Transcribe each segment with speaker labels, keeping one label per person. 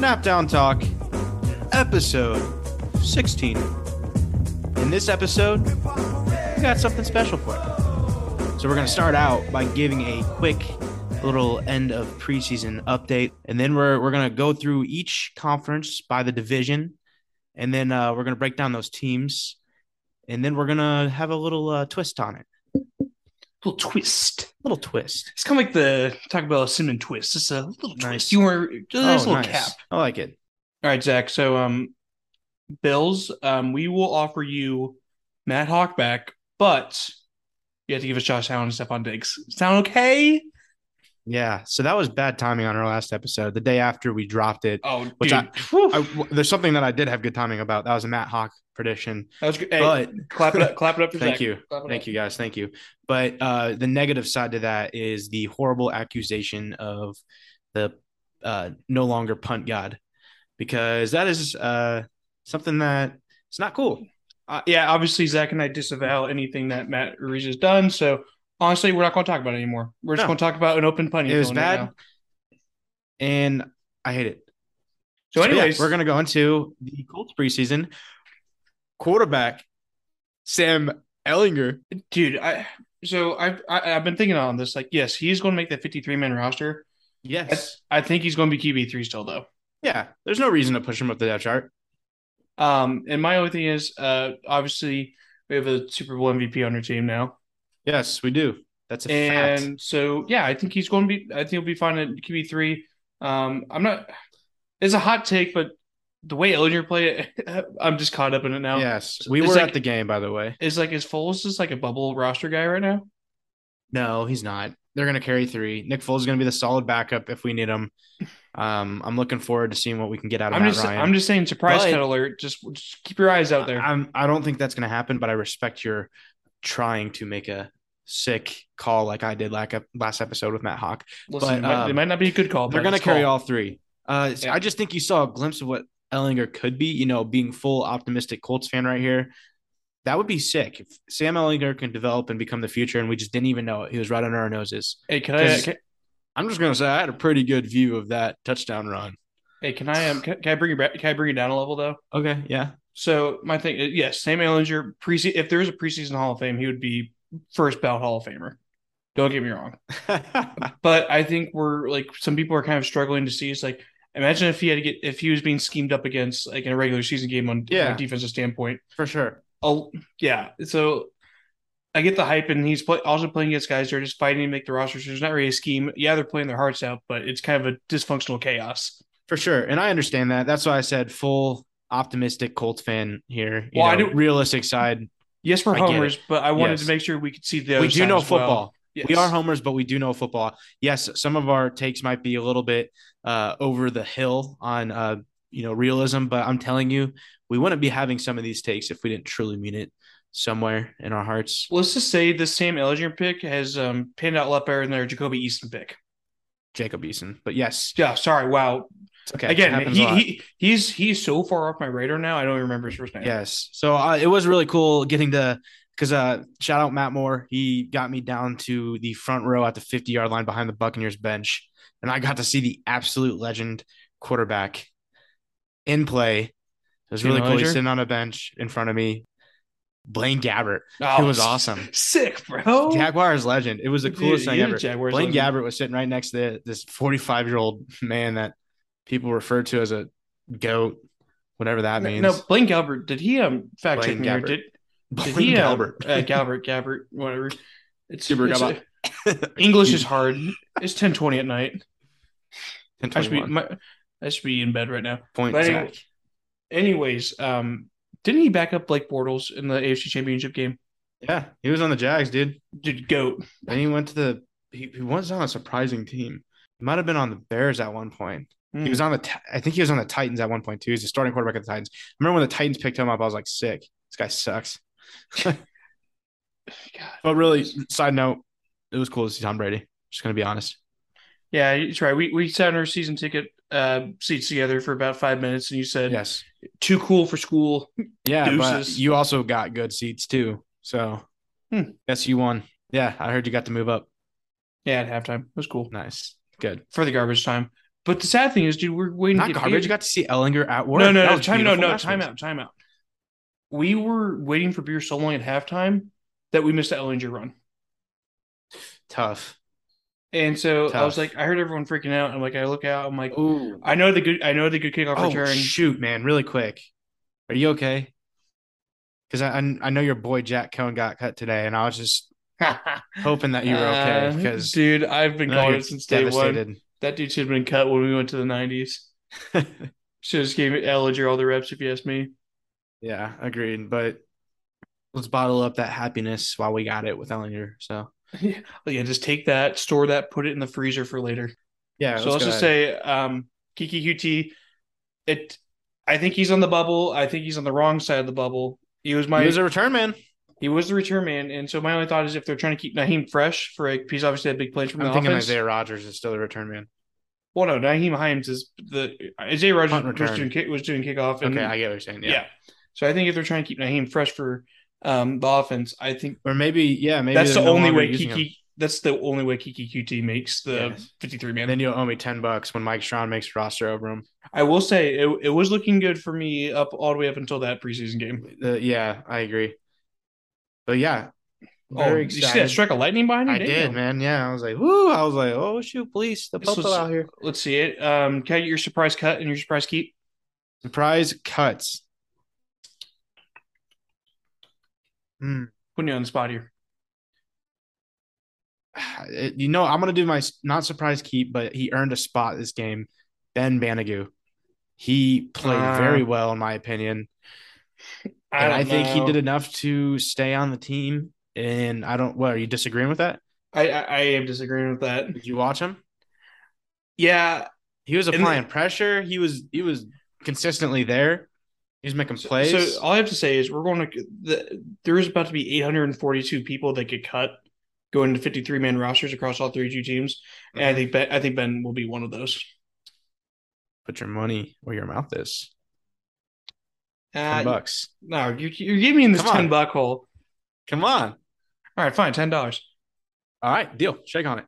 Speaker 1: Napdown Talk, episode 16. In this episode, we got something special for you. So, we're going to start out by giving a quick little end of preseason update, and then we're, we're going to go through each conference by the division, and then uh, we're going to break down those teams, and then we're going to have a little uh, twist on it.
Speaker 2: little twist.
Speaker 1: Little twist.
Speaker 2: It's kind of like the Taco Bell cinnamon twist. It's a little
Speaker 1: Nice.
Speaker 2: twist. You were just a nice
Speaker 1: Oh,
Speaker 2: little cap.
Speaker 1: I like it.
Speaker 2: All right, Zach. So, um, Bills, um, we will offer you Matt Hawk back, but you have to give us Josh Allen and Stephon Diggs. Sound okay?
Speaker 1: Yeah. So that was bad timing on our last episode. The day after we dropped it,
Speaker 2: Oh,
Speaker 1: Which
Speaker 2: dude.
Speaker 1: I-
Speaker 2: Whew.
Speaker 1: I w there's something that I did have good timing about. That was a Matt Hawk prediction.
Speaker 2: that was good. Hey,
Speaker 1: but
Speaker 2: clap it up. Clap it up for
Speaker 1: thank
Speaker 2: Zach.
Speaker 1: you.
Speaker 2: Clap it
Speaker 1: Thank
Speaker 2: up.
Speaker 1: you guys. Thank you. But uh, the negative side to that is the horrible accusation of the uh, no longer punt god, because that is uh, something that it's not cool.
Speaker 2: Uh, yeah, obviously, Zach and I disavow anything that Matt Ruiz has done. So, honestly, we're not going to talk about it anymore. We're just
Speaker 1: No.
Speaker 2: going to talk about an open punting.
Speaker 1: It was
Speaker 2: zone right
Speaker 1: bad.
Speaker 2: now.
Speaker 1: And I hate it.
Speaker 2: So,
Speaker 1: yeah,
Speaker 2: anyways,
Speaker 1: we're going to go into the Colts preseason. Quarterback Sam Ellinger.
Speaker 2: dude i so I've, I, i've been thinking on this like yes he's going to make that 53 man roster I,
Speaker 1: Yes.
Speaker 2: I think he's going to be qb3 still though
Speaker 1: Yeah. There's no reason to push him up the depth chart.
Speaker 2: um and my only thing is uh obviously we have a super bowl mvp on our team now
Speaker 1: Yes, we do. That's a
Speaker 2: and
Speaker 1: fact.
Speaker 2: so yeah i think he's going to be i think he'll be fine at qb3 um i'm not it's a hot take but the way Ellinger played it, I'm just caught up in it now.
Speaker 1: Yes, we
Speaker 2: It's
Speaker 1: were
Speaker 2: like-
Speaker 1: at the game, by the way.
Speaker 2: Is like is Foles just like a bubble roster guy right now?
Speaker 1: No, he's not. They're going to carry three. Nick Foles is going to be the solid backup if we need him. Um, I'm looking forward to seeing what we can get out of
Speaker 2: I'm
Speaker 1: Matt
Speaker 2: just
Speaker 1: Ryan.
Speaker 2: I'm just saying surprise
Speaker 1: But-
Speaker 2: cut alert. Just, just keep your eyes out there.
Speaker 1: I'm- I don't think that's going to happen, but I respect your trying to make a sick call like I did like last episode with Matt Hawk.
Speaker 2: Listen,
Speaker 1: But,
Speaker 2: it, might, it
Speaker 1: um,
Speaker 2: might not be a good call.
Speaker 1: They're
Speaker 2: but
Speaker 1: going to
Speaker 2: it's a call.
Speaker 1: carry all three. Uh, so
Speaker 2: Yeah.
Speaker 1: I just think you saw a glimpse of what Ellinger could be. You know, being full optimistic Colts fan right here, that would be sick if Sam Ellinger can develop and become the future, and we just didn't even know it. He was right under our noses.
Speaker 2: Hey, can I?
Speaker 1: 'Cause-
Speaker 2: Can,
Speaker 1: I'm just gonna say I had a pretty good view of that touchdown run.
Speaker 2: hey, can I? Um, can, can I bring you back? Can I bring you down a level though?
Speaker 1: Okay, yeah,
Speaker 2: So my thing, is, yes, Sam Ellinger. Preseason, if there was a preseason Hall of Fame, he would be first ballot Hall of Famer. Don't get me wrong, but I think we're like some people are kind of struggling to see. It's like imagine if he had to get if he was being schemed up against like in a regular season game on
Speaker 1: Yeah.
Speaker 2: from a defensive standpoint.
Speaker 1: for sure.
Speaker 2: Oh yeah, so. I get the hype, and he's play, also playing against guys who are just fighting to make the roster. So there's not really a scheme. Yeah, they're playing their hearts out, but it's kind of a dysfunctional chaos.
Speaker 1: For sure. And I understand that. That's why I said full optimistic Colts fan here. You
Speaker 2: Well, I
Speaker 1: know,
Speaker 2: do-
Speaker 1: realistic side.
Speaker 2: Yes, we're
Speaker 1: I get
Speaker 2: homers, but I wanted
Speaker 1: Yes.
Speaker 2: to make sure we could see the.
Speaker 1: We
Speaker 2: other
Speaker 1: do
Speaker 2: side
Speaker 1: know
Speaker 2: as well.
Speaker 1: football. We
Speaker 2: Yes.
Speaker 1: are homers, but we do know football. Yes, some of our takes might be a little bit uh, over the hill on uh, you know realism, but I'm telling you, we wouldn't be having some of these takes if we didn't truly mean it somewhere in our hearts.
Speaker 2: Let's just say the Sam Ellinger pick has um, panned out a lot better than their Jacoby Easton pick.
Speaker 1: Jacob Eason, but yes,
Speaker 2: Yeah, sorry. Wow.
Speaker 1: it's okay. It
Speaker 2: Again,
Speaker 1: happens a
Speaker 2: he,
Speaker 1: lot.
Speaker 2: he he's he's so far off my radar now. I don't even remember his first name.
Speaker 1: Yes. So uh, it was really cool getting to because uh, shout out Matt Moore. He got me down to the front row at the 50 yard line behind the Buccaneers bench, and I got to see the absolute legend quarterback in play. It was
Speaker 2: Sam
Speaker 1: really cool. He's
Speaker 2: Ellinger?
Speaker 1: sitting on a bench in front of me. Blaine Gabbert.
Speaker 2: Oh,
Speaker 1: it was
Speaker 2: s-
Speaker 1: awesome.
Speaker 2: Sick, bro.
Speaker 1: Jaguars legend. It was the
Speaker 2: Dude,
Speaker 1: coolest thing
Speaker 2: you're
Speaker 1: ever.
Speaker 2: a Jaguars
Speaker 1: Blaine
Speaker 2: legend.
Speaker 1: Gabbert was sitting right next to this 45 year old man that people refer to as a goat, whatever that means.
Speaker 2: No, Blaine Galbert. Did he um fact check
Speaker 1: Blaine
Speaker 2: me or
Speaker 1: Gabbert.
Speaker 2: did, did
Speaker 1: Blaine
Speaker 2: he
Speaker 1: Gabbert.
Speaker 2: Galbert. Uh, Galbert Gabbert whatever. It's,
Speaker 1: Gibber
Speaker 2: it's uh,
Speaker 1: Gabbert.
Speaker 2: English is hard. It's ten twenty at night.
Speaker 1: And
Speaker 2: I should be
Speaker 1: 21
Speaker 2: my, I should be in bed right now.
Speaker 1: point
Speaker 2: but
Speaker 1: Zach.
Speaker 2: anyway- Anyways, um, didn't he back up Blake Bortles in the AFC Championship game?
Speaker 1: Yeah, he was on the Jags, dude.
Speaker 2: Dude, goat.
Speaker 1: Then he went to the he, he was on a surprising team. He might have been on the Bears at one point. He
Speaker 2: Hmm.
Speaker 1: was on the Ti- I think he was on the Titans at one point too. He's the starting quarterback of the Titans. I remember when the Titans picked him up, I was like, sick. This guy sucks.
Speaker 2: God.
Speaker 1: But really, side note, it was cool to see Tom Brady. Just gonna be honest.
Speaker 2: Yeah, it's right. We we sat in our season ticket uh, seats together for about five minutes, and you said
Speaker 1: Yes.
Speaker 2: too cool for school.
Speaker 1: Yeah, but
Speaker 2: Deuces.
Speaker 1: you also got good seats too. So
Speaker 2: Hmm.
Speaker 1: yes, you won. Yeah, I heard you got to move up.
Speaker 2: Yeah, at halftime it was cool
Speaker 1: Nice. Good.
Speaker 2: for the garbage time. But the sad thing is, dude, we're waiting.
Speaker 1: Not
Speaker 2: to get
Speaker 1: garbage.
Speaker 2: paid.
Speaker 1: You got to see Ellinger at work.
Speaker 2: No, no,
Speaker 1: That
Speaker 2: no,
Speaker 1: was
Speaker 2: time, no,
Speaker 1: beautiful
Speaker 2: no,
Speaker 1: last
Speaker 2: time
Speaker 1: week.
Speaker 2: out, time out. We were waiting for beer so long at halftime that we missed the Ellinger run.
Speaker 1: Tough.
Speaker 2: And so I was
Speaker 1: Tough.
Speaker 2: like, I heard everyone freaking out. I'm like, I look out. I'm like,
Speaker 1: Ooh.
Speaker 2: I know the good, I know the good kickoff
Speaker 1: Oh
Speaker 2: return.
Speaker 1: shoot, man! Really quick. Are you okay? Because I, I I know your boy Jack Cohen got cut today, and I was just hoping that you were okay.
Speaker 2: Uh,
Speaker 1: Because
Speaker 2: dude, I've
Speaker 1: I
Speaker 2: been
Speaker 1: know
Speaker 2: calling
Speaker 1: you're
Speaker 2: it since day one.
Speaker 1: devastated.
Speaker 2: That dude should have been cut when we went to the '90s. Should have just gave Ellinger all the reps, if you ask me.
Speaker 1: Yeah, agreed. But let's bottle up that happiness while we got it with Ellinger. So
Speaker 2: Yeah, yeah, just take that, store that, put it in the freezer for later.
Speaker 1: yeah.
Speaker 2: so let's
Speaker 1: go
Speaker 2: just
Speaker 1: ahead.
Speaker 2: say um, Kiki QT. It, I think he's on the bubble. I think he's on the wrong side of the bubble. He was my
Speaker 1: he was a return man.
Speaker 2: he was the return man, and so my only thought is if they're trying to keep Naheem fresh for like he's obviously had big plays from
Speaker 1: I'm
Speaker 2: the
Speaker 1: thinking
Speaker 2: offense.
Speaker 1: Isaiah Rogers is still the return man.
Speaker 2: Well, no, Naheem Himes is the Isaiah Rogers
Speaker 1: Punt
Speaker 2: was
Speaker 1: return.
Speaker 2: doing kick, was doing kickoff. And,
Speaker 1: Okay, I get what you're saying.
Speaker 2: yeah.
Speaker 1: Yeah.
Speaker 2: So I think if they're trying to keep Naheem fresh for um, the offense, I think
Speaker 1: Or maybe yeah, maybe
Speaker 2: that's the
Speaker 1: they're no
Speaker 2: only
Speaker 1: longer
Speaker 2: way
Speaker 1: using him.
Speaker 2: Kiki. That's the only way Kiki QT makes the
Speaker 1: Yes.
Speaker 2: 53 man.
Speaker 1: And then you'll owe me ten bucks when Mike Strawn makes the roster over him.
Speaker 2: I will say it, it was looking good for me up all the way up until that preseason game.
Speaker 1: Uh, yeah, I agree. But yeah,
Speaker 2: oh,
Speaker 1: very
Speaker 2: you see that
Speaker 1: excited.
Speaker 2: strike of lightning behind you?
Speaker 1: I did,
Speaker 2: Damn.
Speaker 1: man. Yeah, I was like, woo! I was like, oh shoot, police, the
Speaker 2: This
Speaker 1: purple
Speaker 2: was-
Speaker 1: out here.
Speaker 2: Let's see it. Um, can I get your surprise cut and your surprise keep?
Speaker 1: Surprise cuts. Hmm.
Speaker 2: Putting you on the spot here.
Speaker 1: you know, I'm gonna do my not surprise keep, but he earned a spot this game. Ben Banigou, he played
Speaker 2: Ah.
Speaker 1: very well in my opinion, and I think he did enough to stay on the team. And I don't. What are you disagreeing with that?
Speaker 2: I, I I am disagreeing with that.
Speaker 1: Did you watch him?
Speaker 2: Yeah,
Speaker 1: He was
Speaker 2: And-
Speaker 1: applying pressure. He was he was consistently there. He was making
Speaker 2: So-
Speaker 1: plays.
Speaker 2: So all I have to say is we're going to the, there is about to be 842 people that get cut going to 53 man rosters across all 32 teams, and
Speaker 1: Mm-hmm.
Speaker 2: I think ben, I think Ben will be one of those.
Speaker 1: Put your money where your mouth is. Ten
Speaker 2: Uh,
Speaker 1: bucks.
Speaker 2: no, you you're giving me in this
Speaker 1: Come on.
Speaker 2: ten buck hole.
Speaker 1: Come on.
Speaker 2: All right, fine, ten dollars.
Speaker 1: All right, deal. Shake on it.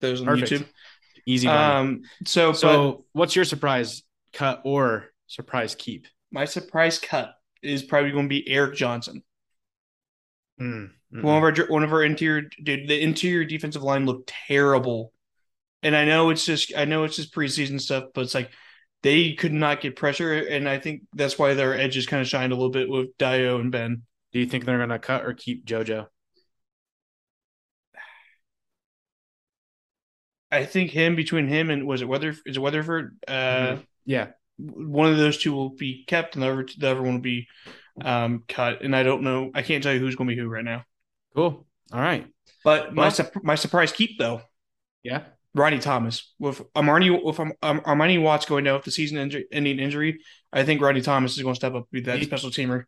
Speaker 2: Those on
Speaker 1: Perfect. Easy
Speaker 2: YouTube.
Speaker 1: money.
Speaker 2: Um, so so
Speaker 1: so, what's your surprise cut or surprise keep?
Speaker 2: my surprise cut is probably going to be Eric Johnson,
Speaker 1: Mm, mm,
Speaker 2: one of our one of our interior dude. The interior defensive line looked terrible, and I know it's just I know it's just preseason stuff, but it's like they could not get pressure, and I think that's why their edges kind of shined a little bit with Dio and Ben.
Speaker 1: Do you think they're gonna cut or keep JoJo?
Speaker 2: I think him between him and was it Weather is it Weatherford? Uh,
Speaker 1: Mhm. Yeah,
Speaker 2: one of those two will be kept, and the other the other one will be um, cut. And I don't know, I can't tell you who's going to be who right now.
Speaker 1: cool. All right.
Speaker 2: But my
Speaker 1: Well-
Speaker 2: sup- my surprise keep though,
Speaker 1: Yeah.
Speaker 2: Ronnie Thomas with Armani with um, um, Armani Watts going down with the season injury, ending injury. I think Ronnie Thomas is going to step up and be that
Speaker 1: He-
Speaker 2: special teamer.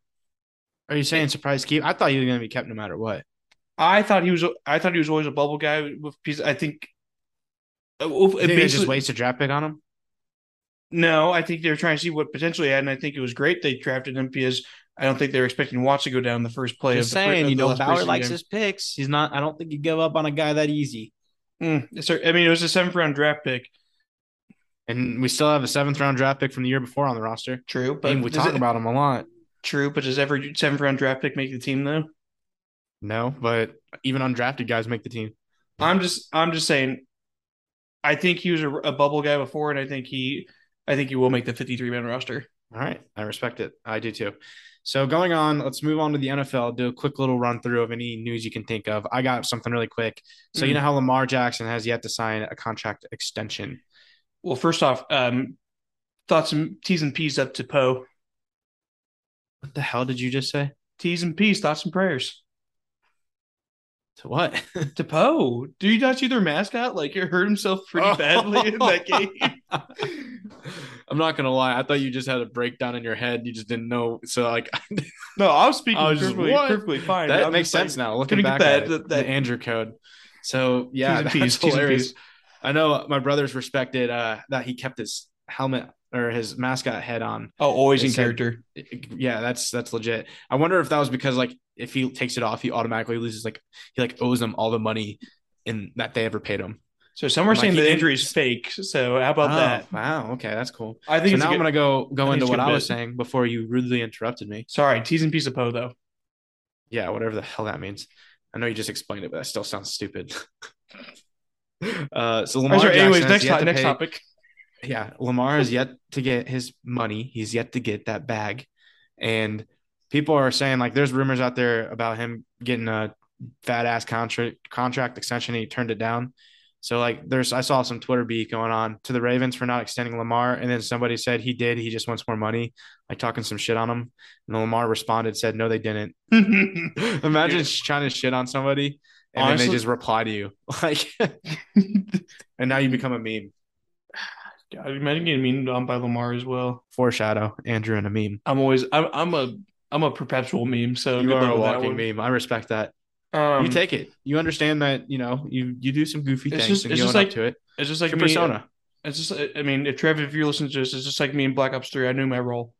Speaker 1: Are you saying surprise keep? I thought you were gonna be kept no matter what.
Speaker 2: I thought he was I thought he was always a bubble guy with piece. I think. uh,
Speaker 1: You
Speaker 2: It
Speaker 1: think they just
Speaker 2: basically,
Speaker 1: waste a draft pick on him.
Speaker 2: no, I think they were trying to see what potential he had, and I think it was great they drafted him because I don't think they were expecting Watts to go down the first play.
Speaker 1: Just
Speaker 2: of the, fir-
Speaker 1: saying,
Speaker 2: of
Speaker 1: you
Speaker 2: the
Speaker 1: know,
Speaker 2: last
Speaker 1: Bauer
Speaker 2: preseason
Speaker 1: likes
Speaker 2: game.
Speaker 1: his picks. He's not. I don't think you give up on a guy that easy.
Speaker 2: Mm, so, I mean, it was a seventh round draft pick.
Speaker 1: And we still have a seventh round draft pick from the year before on the roster.
Speaker 2: True,
Speaker 1: But
Speaker 2: but
Speaker 1: we
Speaker 2: does
Speaker 1: talk
Speaker 2: it-
Speaker 1: about him a lot.
Speaker 2: true, but does every seventh round draft pick make the team though?
Speaker 1: No, but even undrafted guys make the team.
Speaker 2: I'm just I'm just saying. I think he was a, a bubble guy before, and I think he I think he will make the 53 man roster.
Speaker 1: All right. I respect it. I do too. So going on, let's move on to the NFL. Do a quick little run through of any news you can think of. I got something really quick. So you
Speaker 2: Mm.
Speaker 1: know how Lamar Jackson has yet to sign a contract extension.
Speaker 2: Well, first off, um, thoughts and T's and P's up to Poe.
Speaker 1: What the hell did you just say?
Speaker 2: T's and P's, thoughts and prayers
Speaker 1: To what?
Speaker 2: to Poe. Do you not see their mascot? Like it hurt himself pretty badly in that
Speaker 1: Oh.
Speaker 2: game.
Speaker 1: I'm not gonna lie. I thought you just had a breakdown in your head. You just didn't know. So like
Speaker 2: No, I was speaking
Speaker 1: I was just,
Speaker 2: perfectly,
Speaker 1: what?
Speaker 2: perfectly fine.
Speaker 1: that
Speaker 2: I'm
Speaker 1: makes
Speaker 2: just like,
Speaker 1: sense now. Looking
Speaker 2: couldn't
Speaker 1: back
Speaker 2: get
Speaker 1: at
Speaker 2: that-
Speaker 1: it,
Speaker 2: that-
Speaker 1: the Andrew code. So yeah,
Speaker 2: T's and
Speaker 1: that's
Speaker 2: P's, T's and
Speaker 1: hilarious.
Speaker 2: P's.
Speaker 1: I know my brother's respected uh, that he kept his helmet or his mascot head on.
Speaker 2: Oh, always
Speaker 1: They
Speaker 2: in
Speaker 1: said-
Speaker 2: character.
Speaker 1: Yeah, that's that's legit. I wonder if that was because like if he takes it off, he automatically loses like he like owes them all the money in that they ever paid him.
Speaker 2: So some are
Speaker 1: Like,
Speaker 2: saying
Speaker 1: he
Speaker 2: the
Speaker 1: didn't-
Speaker 2: injury is fake. So how about
Speaker 1: Oh,
Speaker 2: that?
Speaker 1: Wow. Okay, that's cool.
Speaker 2: I think
Speaker 1: so
Speaker 2: it's
Speaker 1: now
Speaker 2: a
Speaker 1: I'm
Speaker 2: good-
Speaker 1: gonna go go
Speaker 2: think
Speaker 1: into
Speaker 2: it's a
Speaker 1: what
Speaker 2: good
Speaker 1: I was
Speaker 2: bit.
Speaker 1: saying before you rudely interrupted me.
Speaker 2: Sorry, teasing piece of Poe though.
Speaker 1: Yeah, whatever the hell that means. I know you just explained it, but that still sounds stupid. uh, so Lamar
Speaker 2: Oh, Sorry,
Speaker 1: Jackson
Speaker 2: anyways,
Speaker 1: has
Speaker 2: next
Speaker 1: yet
Speaker 2: to-
Speaker 1: to
Speaker 2: next
Speaker 1: pay-
Speaker 2: topic.
Speaker 1: Yeah, Lamar has yet to get his money. He's yet to get that bag, and people are saying like there's rumors out there about him getting a fat ass contract contract extension. And he turned it down. So like there's I saw some Twitter beat going on to the Ravens for not extending Lamar, and then somebody said he did. He just wants more money, like talking some shit on him. And Lamar responded, said no, they didn't. Imagine
Speaker 2: Dude.
Speaker 1: trying to shit on somebody and then
Speaker 2: Honestly-
Speaker 1: they just reply to you like, and now you become a meme.
Speaker 2: God, imagine getting mean on by Lamar as well.
Speaker 1: Foreshadow Andrew and a meme.
Speaker 2: I'm always I'm I'm a I'm a perpetual meme. So
Speaker 1: you are
Speaker 2: good luck
Speaker 1: a
Speaker 2: with that
Speaker 1: walking
Speaker 2: one.
Speaker 1: meme. I respect that.
Speaker 2: Um,
Speaker 1: you take it. You understand that. You know. You you do some goofy
Speaker 2: It's
Speaker 1: things
Speaker 2: just-
Speaker 1: and
Speaker 2: it's
Speaker 1: you own
Speaker 2: just
Speaker 1: up
Speaker 2: like-
Speaker 1: to it.
Speaker 2: It's just
Speaker 1: Like
Speaker 2: like
Speaker 1: your
Speaker 2: me, uh,
Speaker 1: persona
Speaker 2: It's just I I mean, if Trevor, if you're listening to this, it's just like me in Black Ops Three. I knew my role,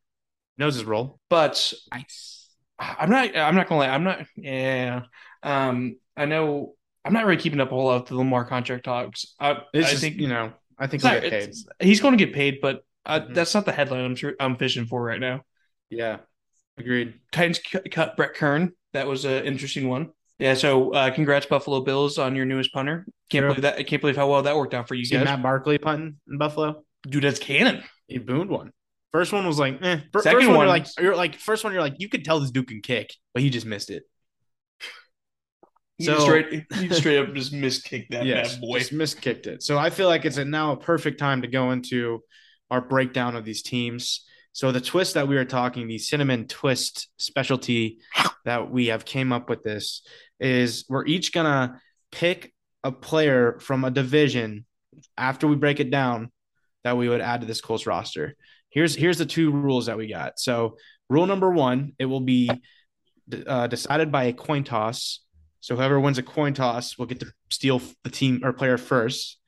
Speaker 1: knows his role.
Speaker 2: but
Speaker 1: Nice.
Speaker 2: I'm not. I'm not gonna lie. I'm not. Yeah. Um. I know. I'm not really keeping up a whole lot of the Lamar contract talks. I,
Speaker 1: It's
Speaker 2: I
Speaker 1: just,
Speaker 2: think
Speaker 1: you know. I think
Speaker 2: it's
Speaker 1: we
Speaker 2: not-
Speaker 1: get paid.
Speaker 2: it's- he's going to get paid, but uh,
Speaker 1: Mhm.
Speaker 2: that's not the headline I'm sure I'm fishing for right now.
Speaker 1: Yeah. Agreed.
Speaker 2: Titans cut, cut Brett Kern. That was an interesting one. Yeah. So uh, congrats Buffalo Bills on your newest punter. Can't
Speaker 1: Sure.
Speaker 2: believe that. I can't believe how well that worked out for you
Speaker 1: You see
Speaker 2: guys.
Speaker 1: Matt Barkley punting in Buffalo.
Speaker 2: Dude, that's cannon.
Speaker 1: He boomed one. First one was like, eh. Fir- First
Speaker 2: Second
Speaker 1: one,
Speaker 2: one-
Speaker 1: you're like, you're like, first one, you're like, you could tell this dude can kick, but he just missed it.
Speaker 2: He
Speaker 1: So-
Speaker 2: straight, he straight up just miskicked that
Speaker 1: yes,
Speaker 2: bad boy.
Speaker 1: just miskicked it. So I feel like it's a, now a perfect time to go into our breakdown of these teams. So the twist that we were talking, the cinnamon twist specialty that we have came up with this is we're each gonna pick a player from a division after we break it down that we would add to this Colts roster. Here's here's the two rules that we got. So rule number one, it will be uh, decided by a coin toss. So whoever wins a coin toss will get to steal the team or player first.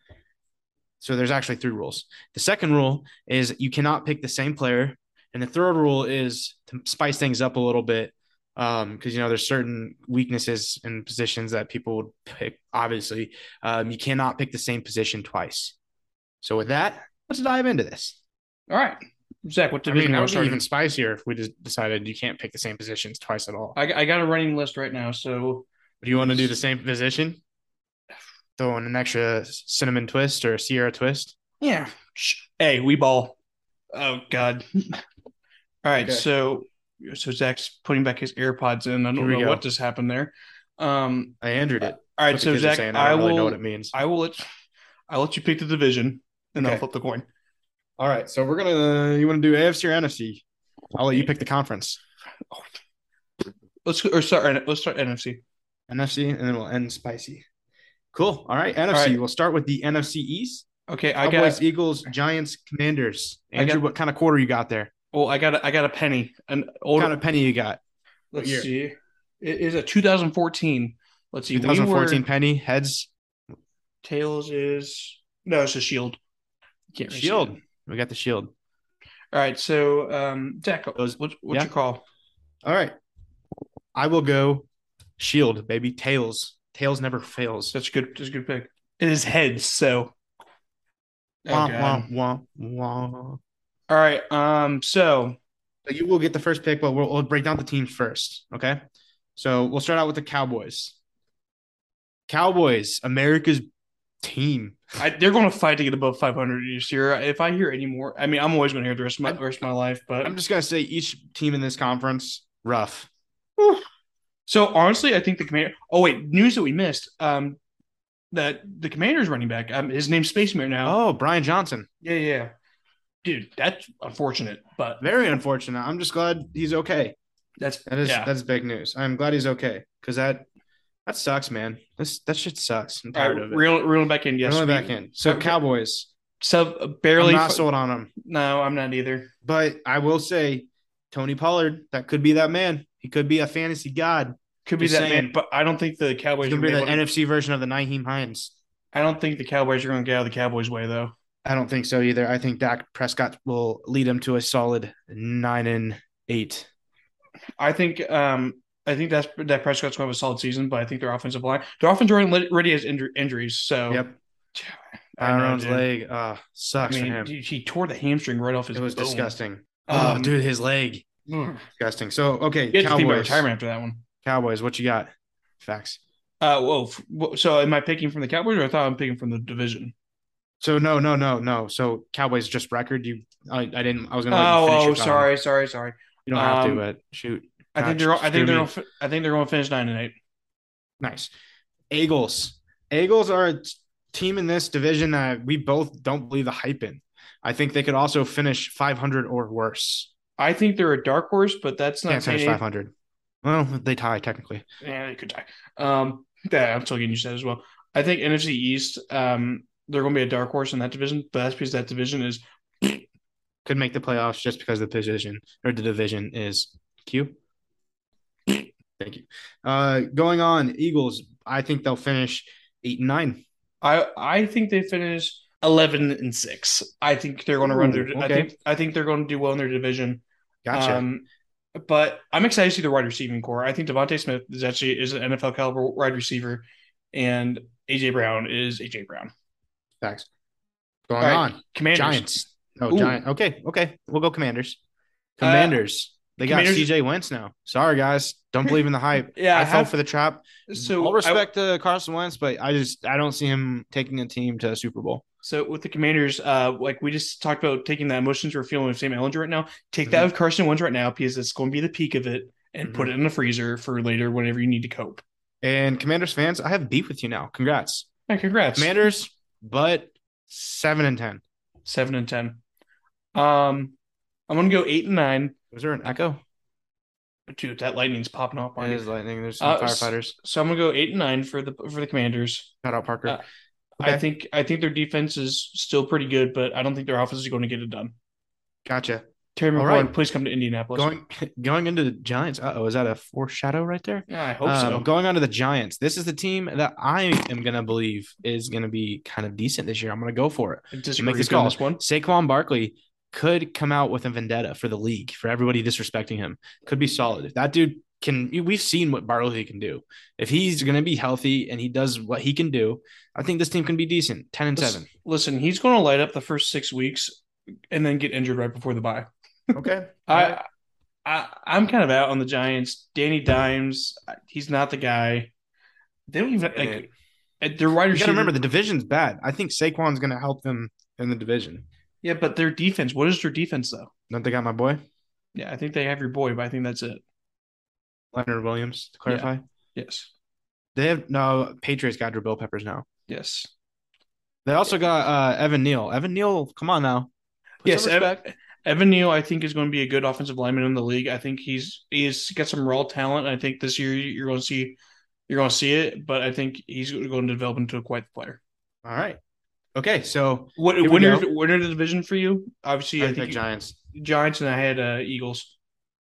Speaker 1: So there's actually three rules. The second rule is you cannot pick the same player, and the third rule is to spice things up a little bit because you know there's certain weaknesses and positions that people would pick. Obviously, um, you cannot pick the same position twice. So with that, let's dive into this.
Speaker 2: All right, Zach, what
Speaker 1: I
Speaker 2: division
Speaker 1: mean, that
Speaker 2: are we
Speaker 1: would be
Speaker 2: starting?
Speaker 1: even spicier if we just decided you can't pick the same positions twice at all.
Speaker 2: I, I got a running list right now, so
Speaker 1: Do you want to do the same position? Throw in an extra cinnamon twist or Sierra twist.
Speaker 2: yeah. Shh. Hey, we ball. Oh God. All right,
Speaker 1: Okay.
Speaker 2: so so Zach's putting back his AirPods in. I
Speaker 1: Here
Speaker 2: don't
Speaker 1: we
Speaker 2: know
Speaker 1: go.
Speaker 2: what just happened there. Um.
Speaker 1: I Andrewed it.
Speaker 2: All right,
Speaker 1: What the
Speaker 2: so
Speaker 1: kids are
Speaker 2: Zach,
Speaker 1: saying,
Speaker 2: I,
Speaker 1: don't
Speaker 2: will.
Speaker 1: really know what it means.
Speaker 2: I will let. I will let you pick the division, and I'll
Speaker 1: Okay.
Speaker 2: flip the coin.
Speaker 1: All right, so we're gonna. You want to do AFC or NFC? I'll let you pick the conference.
Speaker 2: Let's go- or start. Let's start NFC.
Speaker 1: NFC, and then we'll end spicy. Cool. All right, NFC.
Speaker 2: right.
Speaker 1: We'll start with the NFC East.
Speaker 2: Okay, I
Speaker 1: Cowboys,
Speaker 2: got.
Speaker 1: Eagles, Giants, Commanders.
Speaker 2: I got-
Speaker 1: Andrew, what kind of quarter you got there?
Speaker 2: Well, I got. A, I got a penny. An
Speaker 1: What
Speaker 2: old.
Speaker 1: kind of penny you got?
Speaker 2: let's
Speaker 1: year?
Speaker 2: see. It is a 2014. Let's see. we were-
Speaker 1: 2014 penny heads.
Speaker 2: Tails is no, it's a shield. Can't really see
Speaker 1: Shield.
Speaker 2: it.
Speaker 1: We got the shield.
Speaker 2: All right, so um, Zach,
Speaker 1: Those-
Speaker 2: what's what's your
Speaker 1: yeah.
Speaker 2: call?
Speaker 1: All right. I will go shield, baby. Tails. Tails never fails.
Speaker 2: That's a good. That's a good pick. It is heads. So. Oh,
Speaker 1: Wah,
Speaker 2: God.
Speaker 1: wah, wah, wah.
Speaker 2: All right. Um. So
Speaker 1: So you will get the first pick, but we'll, we'll break down the teams first. Okay. So we'll start out with the Cowboys. Cowboys, America's team.
Speaker 2: I, they're going to fight to get above 500 this year. If I hear any more, I mean, I'm always going to hear the rest of my
Speaker 1: I'm-
Speaker 2: rest of my life. But
Speaker 1: I'm just going to say each team in this conference, rough.
Speaker 2: so honestly, I think the commander. Oh wait, news that we missed. Um, that the commander's running back. Um, his name's Space Mirror now.
Speaker 1: Oh, Brian Johnson.
Speaker 2: Yeah, yeah. Dude, that's unfortunate, but
Speaker 1: Very unfortunate. I'm just glad he's okay.
Speaker 2: that's
Speaker 1: That is
Speaker 2: yeah.
Speaker 1: that's big news. I'm glad he's okay because that that sucks, man. This that shit sucks. I'm
Speaker 2: All
Speaker 1: tired
Speaker 2: right,
Speaker 1: of it.
Speaker 2: reel, reel it back in. Yes,
Speaker 1: Yes,
Speaker 2: we-
Speaker 1: back in. So
Speaker 2: Okay.
Speaker 1: Cowboys,
Speaker 2: So
Speaker 1: barely
Speaker 2: barely.
Speaker 1: not sold on them,
Speaker 2: no, I'm not either.
Speaker 1: but I will say Tony Pollard, that could be that man. He could be a fantasy god.
Speaker 2: Could be
Speaker 1: Just
Speaker 2: that
Speaker 1: saying.
Speaker 2: man, but I don't think the
Speaker 1: He
Speaker 2: Cowboys. Are
Speaker 1: could
Speaker 2: gonna
Speaker 1: be
Speaker 2: be
Speaker 1: the
Speaker 2: able to,
Speaker 1: NFC version of the Naheem Hines.
Speaker 2: I don't think the Cowboys are going to get out of the Cowboys' way though.
Speaker 1: I don't think so either. I think Dak Prescott will lead him to a solid nine and eight.
Speaker 2: I think. um I think that's that Prescott's going to have a solid season, but Oh, I think their offensive line, their offensive line already has inju- injuries. So
Speaker 1: Yep. Byron's
Speaker 2: dude.
Speaker 1: leg uh, sucks
Speaker 2: I mean,
Speaker 1: for him.
Speaker 2: dude, he tore the hamstring right off his.
Speaker 1: it was
Speaker 2: bone.
Speaker 1: disgusting. oh,
Speaker 2: Um,
Speaker 1: dude, his leg.
Speaker 2: ugh.
Speaker 1: Disgusting. So, okay,
Speaker 2: You have to think about
Speaker 1: Cowboys.
Speaker 2: retirement after that one.
Speaker 1: Cowboys, what you got? Facts.
Speaker 2: Uh, whoa. f- whoa, So am I picking from the Cowboys, or I thought I'm picking from the division?
Speaker 1: So no, no, no, no. So Cowboys just record. You, I, I didn't. I was gonna. let you finish
Speaker 2: Oh, oh,
Speaker 1: your comment.
Speaker 2: sorry, sorry, sorry.
Speaker 1: You don't have
Speaker 2: Um,
Speaker 1: to, but shoot.
Speaker 2: I think
Speaker 1: Gosh,
Speaker 2: they're. I
Speaker 1: screw
Speaker 2: think they're.
Speaker 1: me.
Speaker 2: gonna fi- I think they're going to finish nine and eight.
Speaker 1: Nice. Eagles. Eagles are a t- team in this division that we both don't believe the hype in. I think they could also finish 500 or worse.
Speaker 2: I think they're a dark horse, but that's not
Speaker 1: Can't finish
Speaker 2: saying anything.
Speaker 1: 500. Well, they tie technically.
Speaker 2: Yeah, they could die. Um, yeah, I'm still getting used to that as well. I think NFC East, um, they're going to be a dark horse in that division, but that's because that division is
Speaker 1: Could make the playoffs just because the position or the division is Q. Thank you. Uh, going on, Eagles. I think they'll finish eight and nine.
Speaker 2: I I think they finish eleven and six. I think they're going to run their.
Speaker 1: Ooh,
Speaker 2: I
Speaker 1: okay.
Speaker 2: think I think they're going to do well in their division.
Speaker 1: Gotcha.
Speaker 2: Um, but I'm excited to see the wide receiving core. I think Devontae Smith is actually is an NFL caliber wide receiver, and AJ Brown is AJ Brown.
Speaker 1: Facts. Going
Speaker 2: All right,
Speaker 1: on,
Speaker 2: Commanders.
Speaker 1: Giants. Oh,
Speaker 2: Ooh.
Speaker 1: Giant. Okay, okay. We'll go Commanders.
Speaker 2: Uh,
Speaker 1: Commanders. they got
Speaker 2: Commanders-
Speaker 1: CJ Wentz now. Sorry, guys. Don't believe in the hype.
Speaker 2: Yeah,
Speaker 1: I,
Speaker 2: I,
Speaker 1: fell
Speaker 2: have
Speaker 1: for the trap.
Speaker 2: so
Speaker 1: All
Speaker 2: I-
Speaker 1: respect to Carson Wentz, but I just I don't see him taking a team to a Super Bowl.
Speaker 2: So with the Commanders, uh, like we just talked about taking the emotions we're feeling with Sam Ellinger right now, take that
Speaker 1: Mhm.
Speaker 2: with Carson Wentz right now because it's going to be the peak of it, and put it in the freezer for later whenever you need to cope.
Speaker 1: And Commanders fans, I have beef with you now. Congrats,
Speaker 2: And congrats,
Speaker 1: Commanders. But seven and ten.
Speaker 2: seven and ten. Um, I'm gonna go eight and nine.
Speaker 1: Was there an echo?
Speaker 2: Dude, that lightning's popping off on
Speaker 1: It is
Speaker 2: you.
Speaker 1: lightning. There's some
Speaker 2: Uh, s-
Speaker 1: firefighters.
Speaker 2: So I'm gonna go eight and nine for the for the Commanders.
Speaker 1: Shout out Parker.
Speaker 2: uh, I
Speaker 1: Okay.
Speaker 2: think I think their defense is still pretty good, but I don't think their offense is going to get it done.
Speaker 1: gotcha.
Speaker 2: Terry
Speaker 1: All
Speaker 2: McLaurin,
Speaker 1: right.
Speaker 2: please come to Indianapolis.
Speaker 1: Going going into the Giants. Uh oh, is that a foreshadow right there?
Speaker 2: yeah, I hope
Speaker 1: Um,
Speaker 2: so.
Speaker 1: Going on to the Giants, this is the team that I am going to believe is going to be kind of decent this year. I'm going to go for it.
Speaker 2: I disagree
Speaker 1: this
Speaker 2: with you on
Speaker 1: call.
Speaker 2: this one.
Speaker 1: Saquon Barkley could come out with a vendetta for the league, for everybody disrespecting him. Could be solid. If that dude can, we've seen what Barkley can do. If he's going to be healthy and he does what he can do, I think this team can be decent. 10 and 7.
Speaker 2: Listen, he's going to light up the first six weeks and then get injured right before the bye.
Speaker 1: Okay.
Speaker 2: I, I, I'm kind of out on the Giants. Danny Dimes, he's not the guy. They don't even like
Speaker 1: You
Speaker 2: their wide
Speaker 1: got to
Speaker 2: receiver.
Speaker 1: remember the division's bad. I think Saquon's going to help them in the division.
Speaker 2: yeah, but their defense. What is their defense though?
Speaker 1: Don't they got my boy,
Speaker 2: Yeah, I think they have your boy, but I think that's it.
Speaker 1: Leonard Williams, to clarify?
Speaker 2: Yes,
Speaker 1: They have no Patriots got Drew Bill Peppers now.
Speaker 2: yes,
Speaker 1: They also got uh, Evan Neal. Evan Neal, come on now. Put
Speaker 2: yes.
Speaker 1: some
Speaker 2: Ev-
Speaker 1: respect.
Speaker 2: Evan Neal, I think, is going to be a good offensive lineman in the league. I think he's he's got some raw talent. I think this year you're going to see you're going to see it, but I think he's going to develop into quite the player.
Speaker 1: All right. Okay, so
Speaker 2: What
Speaker 1: Here we
Speaker 2: winner
Speaker 1: go.
Speaker 2: winner of the division for you? Obviously,
Speaker 1: I
Speaker 2: I
Speaker 1: think
Speaker 2: think
Speaker 1: Giants.
Speaker 2: you- Giants and I had uh, Eagles.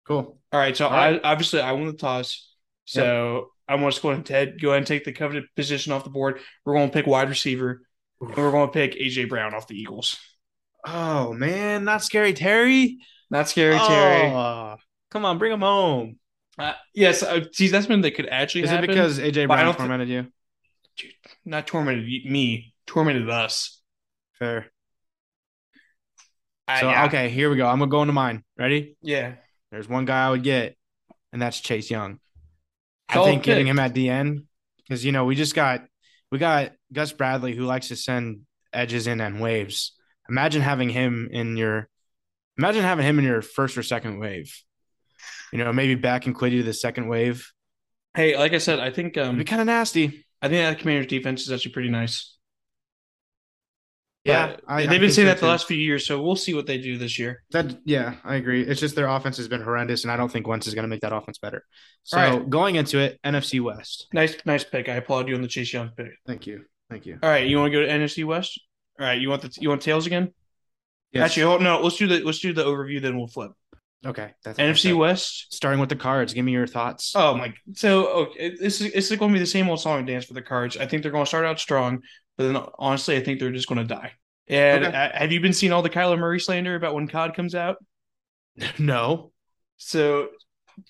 Speaker 1: Cool.
Speaker 2: All right, so
Speaker 1: All right.
Speaker 2: I obviously I won the toss, so I'm going to go ahead and Ted go ahead and take the coveted position off the board. We're going to pick wide receiver, and we're going to pick AJ Brown off the Eagles.
Speaker 1: Oh man, not scary Terry.
Speaker 2: Not scary, Terry.
Speaker 1: Oh, come on, bring him home.
Speaker 2: Uh, yes, uh, see that's something that could actually
Speaker 1: Is it
Speaker 2: happen.
Speaker 1: because AJ
Speaker 2: But I
Speaker 1: Brown
Speaker 2: don't thi-
Speaker 1: tormented you?
Speaker 2: not tormented me, tormented us.
Speaker 1: Fair.
Speaker 2: I-
Speaker 1: So
Speaker 2: I-
Speaker 1: okay, here we go. I'm gonna go into mine. Ready?
Speaker 2: yeah.
Speaker 1: There's one guy I would get, and that's Chase Young. I
Speaker 2: Solid
Speaker 1: think getting
Speaker 2: pick.
Speaker 1: him at the end because you know we just got we got Gus Bradley who likes to send edges in and waves. Imagine having him in your imagine having him in your first or second wave. You know, maybe back and Quiddy to the second wave.
Speaker 2: Hey, like I said, I think um,
Speaker 1: It'd be kind of nasty.
Speaker 2: I think that Commanders defense is actually pretty nice. But
Speaker 1: I, I
Speaker 2: they've been
Speaker 1: think
Speaker 2: saying
Speaker 1: so
Speaker 2: that the
Speaker 1: too.
Speaker 2: last few years, so we'll see what they do this year.
Speaker 1: That yeah, I agree. It's just their offense has been horrendous, and I don't think Wentz is going to make that offense better. So
Speaker 2: All right.
Speaker 1: going into it, NFC West.
Speaker 2: Nice, nice pick. I applaud you on the Chase Young pick.
Speaker 1: Thank you, thank you.
Speaker 2: All right, you want to go to NFC West? All right, you want the you want tails again?
Speaker 1: Yes.
Speaker 2: Actually, hold, no. Let's do the let's do the overview, then we'll flip.
Speaker 1: okay. That's
Speaker 2: NFC
Speaker 1: West.
Speaker 2: West.
Speaker 1: Starting with the cards. Give me your thoughts.
Speaker 2: Oh my! So okay, this is this is going to be the same old song and dance for the Cards. I think they're going to start out strong, but then honestly, I think they're just going to die. And
Speaker 1: Okay.
Speaker 2: uh, have you been seeing all the Kyler Murray slander about when COD comes out?
Speaker 1: no.
Speaker 2: So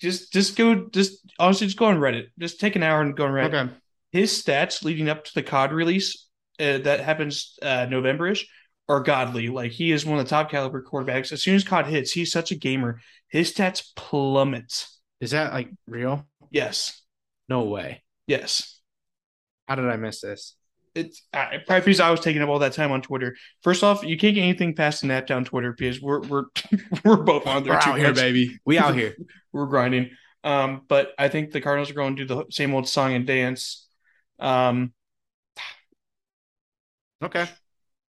Speaker 2: just just go just honestly just go on Reddit. Just take an hour and go on Reddit.
Speaker 1: Okay.
Speaker 2: His stats leading up to the COD release uh, that happens uh, Novemberish are godly. Like he is one of the top caliber quarterbacks. As soon as Cod hits, he's such a gamer. His stats plummet.
Speaker 1: Is that like real?
Speaker 2: Yes,
Speaker 1: No way.
Speaker 2: yes.
Speaker 1: How did I miss this?
Speaker 2: It's I, probably because I was taking up all that time on Twitter. First off, you can't get anything past the nap down Twitter because we're we're we're both on there. too much.
Speaker 1: baby. We out here.
Speaker 2: we're grinding. Um, but I think the Cardinals are going to do the same old song and dance. Um,
Speaker 1: Okay.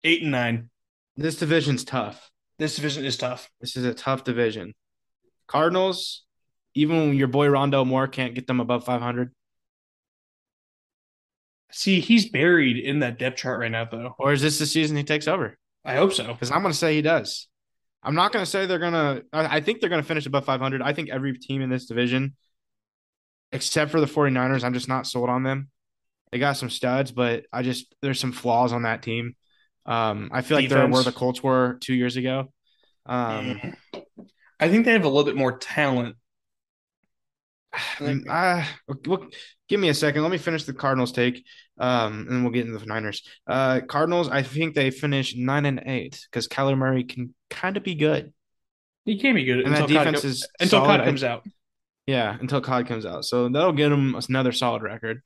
Speaker 2: eight and nine.
Speaker 1: This division's tough.
Speaker 2: This division is tough.
Speaker 1: This is a tough division. Cardinals, even when your boy Rondo Moore can't get them above 500,
Speaker 2: See, he's buried in that depth chart right now, though.
Speaker 1: or is this the season he takes over?
Speaker 2: I hope so.
Speaker 1: Because I'm going to say he does. I'm not going to say they're going to, I I think they're going to finish above 500. I think every team in this division, except for the 49ers, I'm just not sold on them. They got some studs, but I just, there's some flaws on that team. Um, I feel like they're where
Speaker 2: Defense.
Speaker 1: the Colts were two years ago. Um,
Speaker 2: Um, I think they have a little bit more talent. Like-
Speaker 1: Uh, well, give me a second. Let me finish the Cardinals take, um, and then we'll get into the Niners. Uh, Cardinals, I think they finish nine and eight because Kyler Murray can kind of be good,
Speaker 2: He can be good
Speaker 1: and
Speaker 2: until
Speaker 1: that
Speaker 2: Cod,
Speaker 1: defense
Speaker 2: go-
Speaker 1: is
Speaker 2: until
Speaker 1: solid.
Speaker 2: Cod comes out.
Speaker 1: yeah, until Cod comes out, so that'll get him another solid record.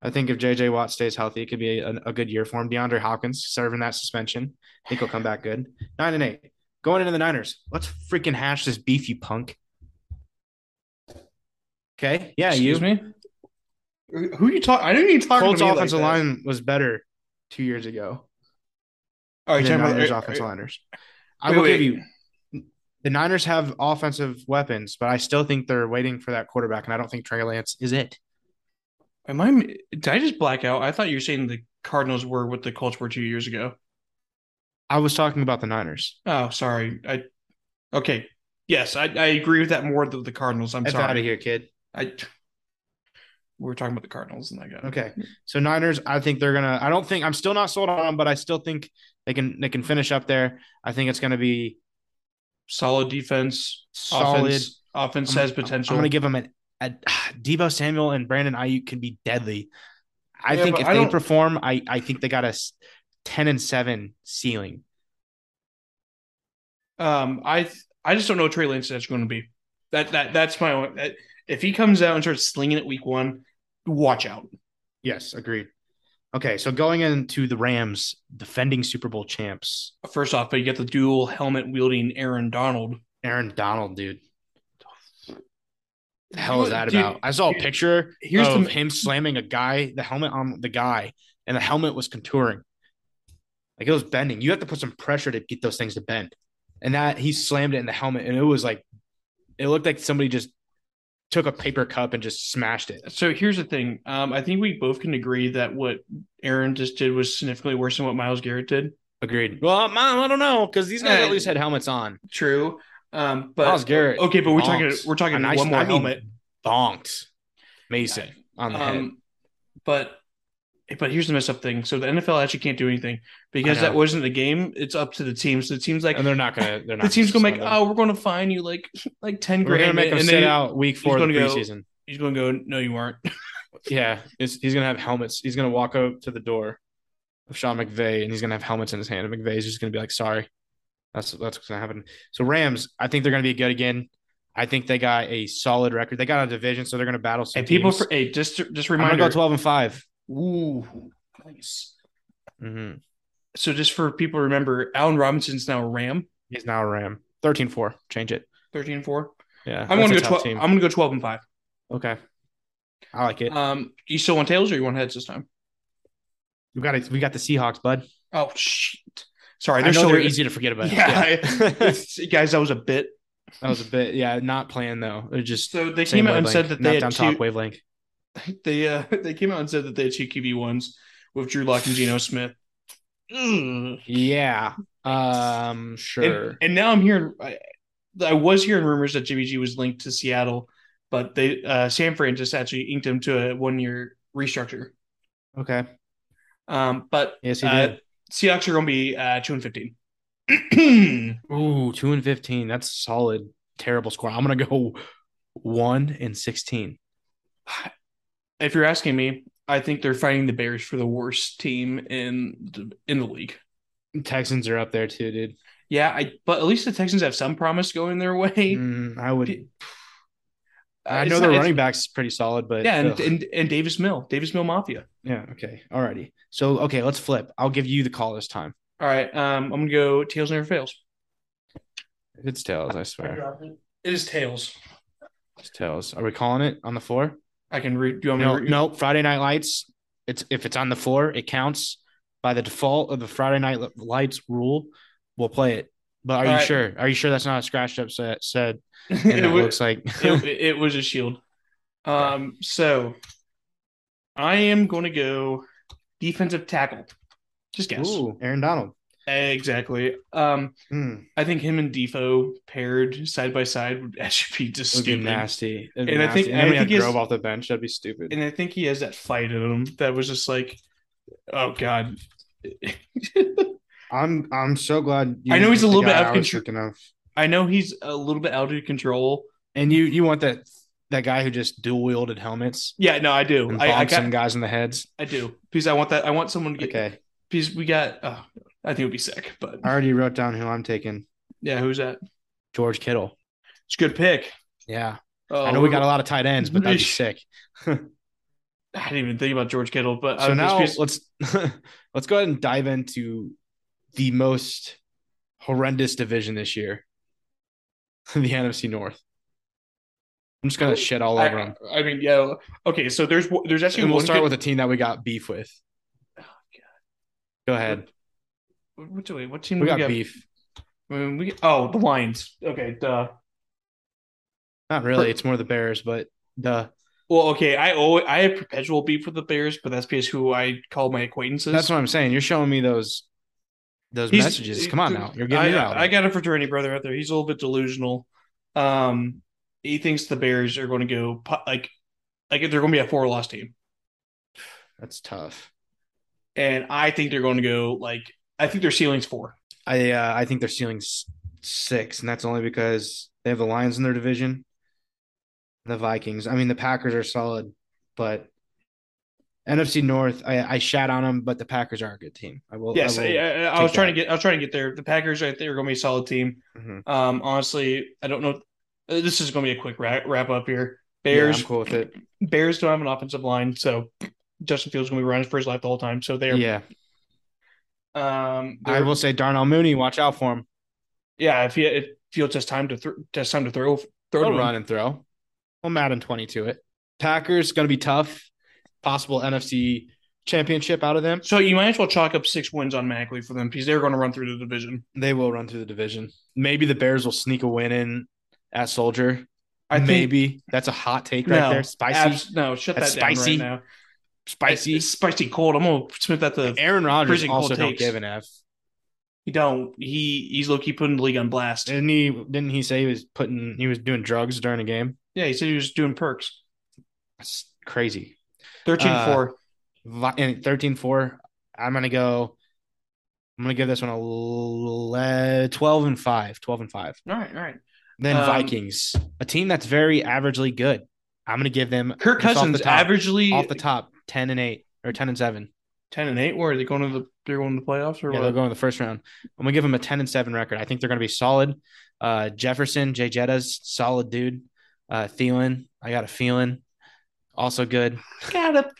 Speaker 1: I think if JJ Watt stays healthy, it could be a, a good year for him. DeAndre Hopkins serving that suspension, I think he'll come back good. Nine and eight. Going into the Niners, let's freaking hash this beef, you punk. Okay, yeah, you.
Speaker 2: Excuse me. Who- Who are you talking? I didn't even talk.
Speaker 1: Colts
Speaker 2: to me like
Speaker 1: offensive
Speaker 2: that.
Speaker 1: line was better two years ago
Speaker 2: Are you
Speaker 1: than
Speaker 2: talking about
Speaker 1: Niners
Speaker 2: are-
Speaker 1: offensive
Speaker 2: are-
Speaker 1: liners. I
Speaker 2: Wait,
Speaker 1: will
Speaker 2: wait.
Speaker 1: give you the Niners have offensive weapons, but I still think they're waiting for that quarterback, and I don't think Trey Lance is it.
Speaker 2: Am I? Did I just black out? I thought you were saying the Cardinals were what the Colts were two years ago.
Speaker 1: I was talking about the Niners.
Speaker 2: Oh, sorry. I okay. Yes, I, I agree with that more than the Cardinals. I'm
Speaker 1: Get out of
Speaker 2: sorry.
Speaker 1: here, kid.
Speaker 2: I we we're talking about the Cardinals, and I got
Speaker 1: Okay, so Niners, I think they're gonna. I don't think I'm still not sold on them, but I still think they can they can finish up there. I think it's gonna be
Speaker 2: solid defense.
Speaker 1: solid.
Speaker 2: Offense, offense
Speaker 1: I'm-
Speaker 2: has potential.
Speaker 1: I'm gonna give them an. A, Debo Samuel and Brandon Ayuk can be deadly. I
Speaker 2: Yeah,
Speaker 1: think
Speaker 2: but
Speaker 1: if
Speaker 2: I
Speaker 1: they
Speaker 2: don't-
Speaker 1: perform, I I think they got a s- ten and seven ceiling.
Speaker 2: um, I th- I just don't know what Trey Lance is going to be. That that that's my own. That, if he comes out and starts slinging it week one, watch out.
Speaker 1: Yes, agreed. Okay, so going into the Rams, defending Super Bowl champs,
Speaker 2: First off, but you get the dual helmet wielding Aaron Donald.
Speaker 1: Aaron Donald, dude. The hell
Speaker 2: You-
Speaker 1: is that
Speaker 2: do you-
Speaker 1: about? I saw a
Speaker 2: dude,
Speaker 1: picture
Speaker 2: here's
Speaker 1: of
Speaker 2: the-
Speaker 1: him slamming a guy, the helmet on the guy, and the helmet was contouring. Like it was bending. You have to put some pressure to get those things to bend. And that he slammed it in the helmet, and it was like it looked like somebody just took a paper cup and just smashed it.
Speaker 2: So here's the thing. Um, I think we both can agree that what Aaron just did was significantly worse than what Miles Garrett did.
Speaker 1: Agreed. Well, Mom, I don't know, because these guys
Speaker 2: Eh.
Speaker 1: at least had helmets on.
Speaker 2: True. Um, but
Speaker 1: Miles Garrett.
Speaker 2: okay, but we're talking
Speaker 1: Bonks.
Speaker 2: we're talking
Speaker 1: And I-
Speaker 2: one more
Speaker 1: I mean,
Speaker 2: helmet.
Speaker 1: bonked Mason on the head.
Speaker 2: Um, but but here's the mess up thing. So the NFL actually can't do anything because
Speaker 1: I know.
Speaker 2: that wasn't the game. It's up to the team. So the team's like
Speaker 1: And they're not gonna. They're not.
Speaker 2: the team's gonna make.
Speaker 1: suspend him.
Speaker 2: Oh, we're gonna fine you like like ten
Speaker 1: we're
Speaker 2: grand.
Speaker 1: gonna make him
Speaker 2: and
Speaker 1: sit out week four of the
Speaker 2: gonna go-
Speaker 1: preseason.
Speaker 2: He's gonna go. No, you aren't.
Speaker 1: Yeah, it's, he's gonna have helmets. He's gonna walk up to the door of Sean McVay, and he's gonna have helmets in his hand. And McVay's just gonna be like, "Sorry, that's that's what's gonna happen." So Rams, I think they're gonna be good again. I think they got a solid record. They got a division, so they're gonna battle some
Speaker 2: And people,
Speaker 1: teams.
Speaker 2: for, hey, just just
Speaker 1: I'm gonna
Speaker 2: reminder.
Speaker 1: go twelve and 5
Speaker 2: Ooh, nice.
Speaker 1: Mm-hmm.
Speaker 2: So just for people to remember, Allen Robinson's now a Ram,
Speaker 1: He's now a Ram. 13-4. Change it.
Speaker 2: 13-4.
Speaker 1: Yeah,
Speaker 2: I'm
Speaker 1: that's
Speaker 2: gonna
Speaker 1: a
Speaker 2: go
Speaker 1: tough
Speaker 2: twelve.
Speaker 1: team.
Speaker 2: I'm gonna go twelve and five.
Speaker 1: Okay, I like it.
Speaker 2: Um, you still want tails or you want heads this time?
Speaker 1: we got it. We got the Seahawks, bud.
Speaker 2: Oh shit! Sorry,
Speaker 1: I
Speaker 2: they're
Speaker 1: know
Speaker 2: so
Speaker 1: they're
Speaker 2: easy.
Speaker 1: easy to forget about.
Speaker 2: Yeah,
Speaker 1: that
Speaker 2: It's- guys, that was a bit.
Speaker 1: was a bit. Yeah, not planned though. They're just
Speaker 2: So they
Speaker 1: same
Speaker 2: came out and
Speaker 1: wavelength,
Speaker 2: said that
Speaker 1: not
Speaker 2: they
Speaker 1: down
Speaker 2: had
Speaker 1: top
Speaker 2: two,
Speaker 1: wavelength.
Speaker 2: they uh, they came out and said that they had two QB ones with Drew Lock and Geno Smith. Mm.
Speaker 1: Yeah. Um. Sure.
Speaker 2: And, and now I'm hearing, I, I was hearing rumors that Jimmy G was linked to Seattle, but they uh, San Fran just actually inked him to a one year restructure.
Speaker 1: okay.
Speaker 2: Um, but
Speaker 1: Yes, he
Speaker 2: uh,
Speaker 1: did.
Speaker 2: Seahawks are going to be uh, two and fifteen.
Speaker 1: Ooh, two and fifteen. That's solid. Terrible score. I'm gonna go one and sixteen.
Speaker 2: if you're asking me, I think they're fighting the Bears for the worst team in the, in the league.
Speaker 1: Texans are up there too, dude.
Speaker 2: Yeah, I but at least the Texans have some promise going their way.
Speaker 1: Mm, I would. I
Speaker 2: It's
Speaker 1: know
Speaker 2: not-
Speaker 1: their
Speaker 2: it's-
Speaker 1: Uh, running back's pretty solid, but
Speaker 2: Yeah,
Speaker 1: ugh.
Speaker 2: and, and and Davis Mill, Davis Mill Mafia.
Speaker 1: yeah, okay, alrighty. So okay, let's flip. I'll give you the call this time.
Speaker 2: All right, um, I'm gonna go tails never fails.
Speaker 1: If it's tails, I swear.
Speaker 2: It is tails.
Speaker 1: It's tails. Are we calling it on the floor?
Speaker 2: I can read. Do you want me
Speaker 1: No,
Speaker 2: to read?
Speaker 1: no. Friday Night Lights. It's if it's on the floor, it counts by the default of the Friday Night Li- Lights rule. We'll play it. But are you
Speaker 2: Alright.
Speaker 1: sure? Are you sure that's not a scratched up set? Said and
Speaker 2: it,
Speaker 1: it
Speaker 2: wa-
Speaker 1: looks like
Speaker 2: it, it was a shield. Um, so I am going to go defensive tackle. Just guess.
Speaker 1: Ooh, Aaron Donald.
Speaker 2: Exactly. Um,
Speaker 1: Hmm.
Speaker 2: I think him and Defoe paired side by side would actually be just
Speaker 1: Would be
Speaker 2: stupid.
Speaker 1: nasty. It'd be
Speaker 2: And I
Speaker 1: nasty.
Speaker 2: think-
Speaker 1: and then
Speaker 2: I
Speaker 1: we have
Speaker 2: think it's-
Speaker 1: Grove off the bench. That'd be stupid.
Speaker 2: And I think he has that fight in him that was just like, oh god.
Speaker 1: I'm I'm so glad.
Speaker 2: I know he's
Speaker 1: picked the
Speaker 2: a little bit
Speaker 1: guy
Speaker 2: out of
Speaker 1: I was
Speaker 2: contr-
Speaker 1: thinking of.
Speaker 2: I know he's a little bit out of control.
Speaker 1: And you you want that that guy who just dual wielded helmets
Speaker 2: Yeah, no, I do.
Speaker 1: and
Speaker 2: I, I
Speaker 1: bombed
Speaker 2: got,
Speaker 1: some guys in the heads.
Speaker 2: I do because I want that. I want someone to get.
Speaker 1: Okay,
Speaker 2: Because we got. Oh, I think it would be sick. But
Speaker 1: I already wrote down who I'm taking.
Speaker 2: yeah, who's that?
Speaker 1: George Kittle.
Speaker 2: It's a good pick.
Speaker 1: Yeah,
Speaker 2: Oh,
Speaker 1: I know we got a lot of tight ends, but that'd be
Speaker 2: Yeesh.
Speaker 1: sick.
Speaker 2: Oh, I didn't even think about George Kittle, but
Speaker 1: So
Speaker 2: I'm
Speaker 1: Uh, now
Speaker 2: just,
Speaker 1: let's let's go ahead and dive into the most horrendous division this year, the NFC North. I'm just gonna shit all over them.
Speaker 2: I, I mean, yeah. Okay, so there's there's actually Oh,
Speaker 1: and we'll
Speaker 2: one
Speaker 1: start
Speaker 2: good-
Speaker 1: with a team that we got beef with. Go ahead.
Speaker 2: What, do we- what team
Speaker 1: We
Speaker 2: do
Speaker 1: got beef.
Speaker 2: I mean, we oh the Lions. Okay, duh.
Speaker 1: Not really. It's more the Bears, but the
Speaker 2: Well, okay, I always I have perpetual beef with the Bears, but that's because who I call my acquaintances.
Speaker 1: that's what I'm saying. You're showing me those those
Speaker 2: He's-
Speaker 1: messages. Come on now. You're getting
Speaker 2: I,
Speaker 1: it out.
Speaker 2: I got a fraternity brother out there. He's a little bit delusional. Um, he thinks the Bears are going to go po- like like they're going to be a four loss team,
Speaker 1: that's tough.
Speaker 2: and I think they're going to go like I think their ceiling's four.
Speaker 1: I uh, I think they're ceiling s- six, and that's only because they have the Lions in their division, the Vikings. I mean, the Packers are solid, but NFC North. I, I shat on them, but the Packers are a good team. I will.
Speaker 2: Yes,
Speaker 1: I
Speaker 2: I,
Speaker 1: will-
Speaker 2: I, I
Speaker 1: take
Speaker 2: was trying to
Speaker 1: that.
Speaker 2: get I was trying to get there. The Packers, I think, are going to be a solid team.
Speaker 1: Mhm.
Speaker 2: Um, honestly, I don't know. uh, This is going to be a quick wrap, wrap up here.
Speaker 1: Yeah,
Speaker 2: Bears,
Speaker 1: I'm cool with it.
Speaker 2: Bears don't have an offensive line, so Justin Fields is going to be running for his life the whole time. So they're,
Speaker 1: Yeah,
Speaker 2: um,
Speaker 1: I
Speaker 2: they're-
Speaker 1: will say Darnell Mooney. Watch out for him.
Speaker 2: yeah. If he if Fields has time to throw, just time to throw, throw
Speaker 1: Throw
Speaker 2: to
Speaker 1: run
Speaker 2: run.
Speaker 1: and throw. Well, Madden 20 to it. Packers going to be tough. Possible NFC championship out of them.
Speaker 2: So you might as well chalk up six wins on Magley for them because they're going to run through the division.
Speaker 1: They will run through the division. Maybe the Bears will sneak a win in at Soldier.
Speaker 2: I think-
Speaker 1: Maybe that's a hot take right
Speaker 2: No,
Speaker 1: there. Spicy,
Speaker 2: Abs- no, shut
Speaker 1: That's
Speaker 2: that down
Speaker 1: spicy.
Speaker 2: right now.
Speaker 1: spicy.
Speaker 2: It's spicy cold. I'm going to submit that to
Speaker 1: Aaron Rodgers
Speaker 2: freezing cold
Speaker 1: also don't
Speaker 2: takes.
Speaker 1: give an F.
Speaker 2: He don't. He he's low key putting the league on blast.
Speaker 1: Didn't he? Didn't he say he was putting he was doing drugs during a game?
Speaker 2: Yeah, he said he was doing perks.
Speaker 1: That's crazy.
Speaker 2: 13
Speaker 1: Uh,
Speaker 2: 4.
Speaker 1: Vi- and 13 4 i'm gonna go i'm gonna give this one a le- 12 and 5 12 and 5
Speaker 2: All right, all right.
Speaker 1: then
Speaker 2: Um,
Speaker 1: vikings a team that's very averagely good i'm gonna give them
Speaker 2: Kirk
Speaker 1: just off the
Speaker 2: Cousins
Speaker 1: top-
Speaker 2: averagely
Speaker 1: off the top 10 and 8 or 10 and 7
Speaker 2: 10 and 8. Where are they going to the they're going to the playoffs or
Speaker 1: yeah,
Speaker 2: what?
Speaker 1: they'll go in the first round i'm gonna give them a 10 and 7 record i think they're gonna be solid uh jefferson jay jetta's solid dude uh Thielen, i got a feeling also good
Speaker 2: Got a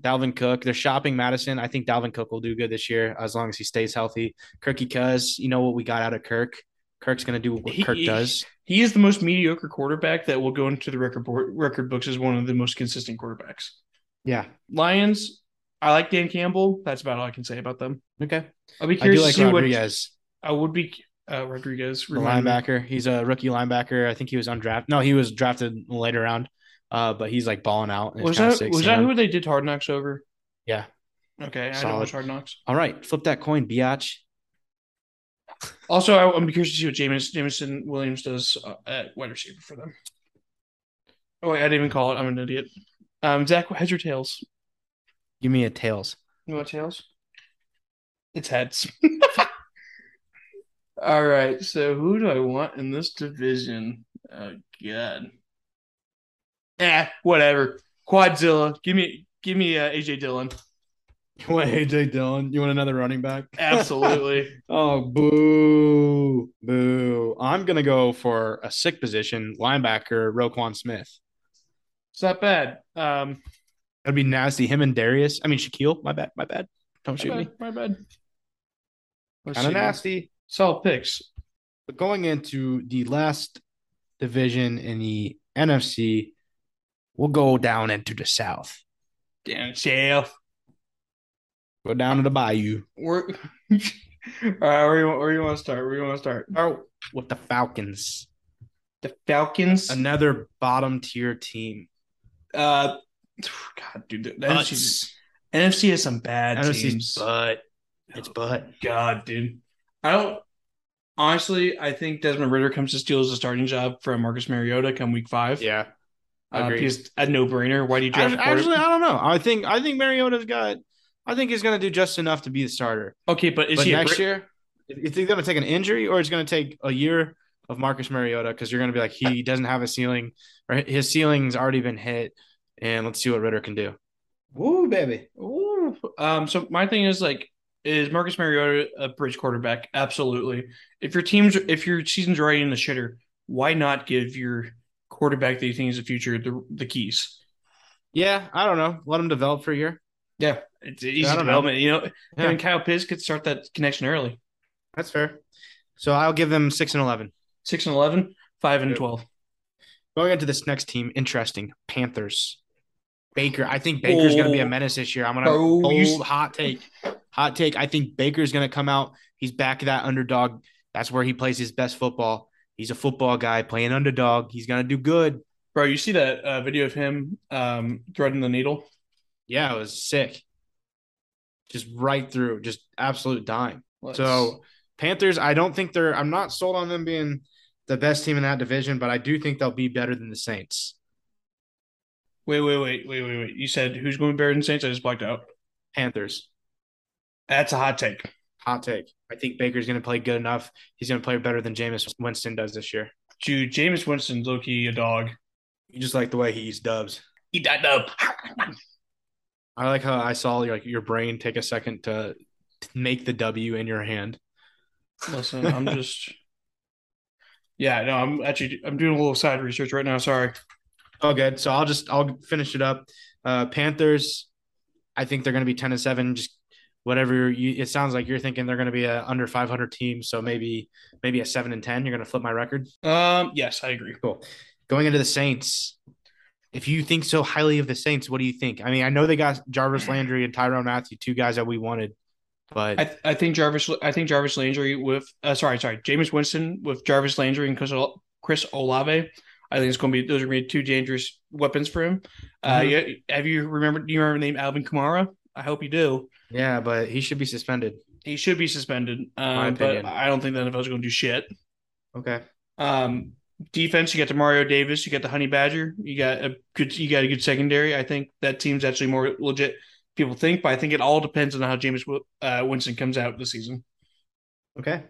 Speaker 1: Dalvin Cook. They're shopping Madison. I think Dalvin Cook will do good this year as long as he stays healthy. Kirky Cuz, you know what we got out of Kirk. Kirk's gonna do what
Speaker 2: He-
Speaker 1: Kirk does.
Speaker 2: He is the most mediocre quarterback that will go into the record board, record books as one of the most consistent quarterbacks.
Speaker 1: Yeah.
Speaker 2: Lions, I like Dan Campbell. That's about all I can say about them.
Speaker 1: Okay.
Speaker 2: I'll be
Speaker 1: I do
Speaker 2: curious
Speaker 1: like
Speaker 2: to see
Speaker 1: Rodriguez,
Speaker 2: what I would be uh, Rodriguez
Speaker 1: the
Speaker 2: remind me.
Speaker 1: linebacker. He's a rookie linebacker. I think he was undrafted. No, he was drafted in the later round. Uh, but he's like balling out. and it's
Speaker 2: Was
Speaker 1: kinda
Speaker 2: that
Speaker 1: sick
Speaker 2: was
Speaker 1: seeing
Speaker 2: that
Speaker 1: him.
Speaker 2: who they did Hard Knocks over?
Speaker 1: Yeah.
Speaker 2: Okay, I
Speaker 1: Solid.
Speaker 2: don't watch Hard Knocks.
Speaker 1: All right, flip that coin, Biatch.
Speaker 2: Also, I, I'm curious to see what James Jameson Williams does uh, at wide receiver for them. Oh wait, I didn't even call it. I'm an idiot. Um, Zach, heads or tails?
Speaker 1: Give me a tails.
Speaker 2: You want tails? It's heads. All right. So who do I want in this division? Oh God. Eh, whatever. Quadzilla, give me Give me uh, AJ Dillon.
Speaker 1: You want AJ Dillon? You want another running back?
Speaker 2: Absolutely.
Speaker 1: Oh, boo, boo! I'm gonna go for a sick position linebacker, Roquan Smith.
Speaker 2: it's not bad. Um,
Speaker 1: That'd be nasty. Him and Darius. I mean Shaquille. My bad. My bad. Don't
Speaker 2: my
Speaker 1: shoot me.
Speaker 2: bad, my bad. Let's
Speaker 1: Kind of
Speaker 2: see.
Speaker 1: nasty.
Speaker 2: Solid picks.
Speaker 1: But going into the last division in the NFC, we'll go down into the South.
Speaker 2: Damn, Jeff.
Speaker 1: Go down to the Bayou.
Speaker 2: We're all right. Where you want? Where you want to start? Where you want to start?
Speaker 1: Oh, with the Falcons,
Speaker 2: The Falcons.
Speaker 1: another bottom tier team.
Speaker 2: Uh, God, dude, the
Speaker 1: Uh,
Speaker 2: NFC, NFC has some bad teams.
Speaker 1: NFC's butt. It's butt.
Speaker 2: God, dude, I don't. Honestly, I think Desmond Ritter comes to steal as a starting job from Marcus Mariota come week five.
Speaker 1: Yeah,
Speaker 2: uh,
Speaker 1: agreed.
Speaker 2: he's a no-brainer. Why do you draft? a quarter-
Speaker 1: Actually, I don't know. I think I think Mariota's got. I think he's going to do just enough to be the starter.
Speaker 2: okay, but is
Speaker 1: but
Speaker 2: he a
Speaker 1: next
Speaker 2: Brit-
Speaker 1: year, it's either going to take an injury or it's going to take a year of Marcus Mariota because you're going to be like he doesn't have a ceiling or his ceiling's already been hit, and let's see what Ritter can do. Woo, baby!
Speaker 2: Ooh. Um, so my thing is like, is Marcus Mariota a bridge quarterback? Absolutely. If your team's if your season's already in the shitter, why not give your quarterback that you think is the future the the keys?
Speaker 1: Yeah, I don't know. Let him develop for a year.
Speaker 2: Yeah, it's easy
Speaker 1: I don't know.
Speaker 2: development. You know,
Speaker 1: Yeah.
Speaker 2: and Kyle Pitts could start that connection early.
Speaker 1: That's fair. So I'll give them six and eleven.
Speaker 2: Six and 11, 5 and
Speaker 1: Yep.
Speaker 2: twelve.
Speaker 1: Going into this next team, interesting Panthers. Baker, I think Baker's going to be a
Speaker 2: Oh.
Speaker 1: menace this year. I'm going to
Speaker 2: Oh, you,
Speaker 1: Old hot take. Hot take. I think Baker's going to come out. He's back that underdog. That's where he plays his best football. He's a football guy playing underdog. He's going to do good.
Speaker 2: bro, you see that uh, video of him um, threading the needle?
Speaker 1: Yeah, it was sick. Just right through, just absolute dime.
Speaker 2: Let's-
Speaker 1: So, Panthers, I don't think they're, I'm not sold on them being the best team in that division, but I do think they'll be better than the Saints.
Speaker 2: wait, wait, wait, wait, wait, wait. You said who's going to be better than Saints? I just blacked out.
Speaker 1: Panthers.
Speaker 2: That's a hot take.
Speaker 1: Hot take. I think Baker's going to play good enough. He's going to play better than Jameis Winston does this year.
Speaker 2: Dude, Jameis Winston's low key a dog.
Speaker 1: You just like the way he eats dubs.
Speaker 2: Eat that dub.
Speaker 1: I like how I saw like your brain take a second to, to make the W in your hand.
Speaker 2: Listen, I'm just. Yeah, no, I'm actually I'm doing a little side research right now. Sorry.
Speaker 1: Oh, good. So I'll just I'll finish it up. Uh, Panthers, I think they're going to be ten and seven. Just whatever you. It sounds like you're thinking they're going to be a under five hundred team. So maybe maybe a seven and ten. You're going to flip my record.
Speaker 2: Um, yes, I agree.
Speaker 1: Cool. Going into the Saints, if you think so highly of the Saints, what do you think? I mean, I know they got Jarvis Landry and Tyrone Matthew, two guys that we wanted, but
Speaker 2: I, I think Jarvis I think Jarvis Landry with uh, sorry sorry Jameis Winston with Jarvis Landry and Chris, Ol- Chris Olave. I think it's going to be those are going to be two dangerous weapons for him. Uh,
Speaker 1: Mhm.
Speaker 2: yeah, have you remembered? Do you remember the name Alvin Kamara? I hope you do.
Speaker 1: yeah, but he should be suspended.
Speaker 2: He should be suspended, um, but
Speaker 1: opinion.
Speaker 2: I don't think the NFL's going to do shit.
Speaker 1: Okay.
Speaker 2: Um, defense, you got Demario Davis, you got the Honey Badger, you got a good, you got a good secondary. I think that team's actually more legit people think, but I think it all depends on how James Wi- uh, Winston comes out this season.
Speaker 1: Okay.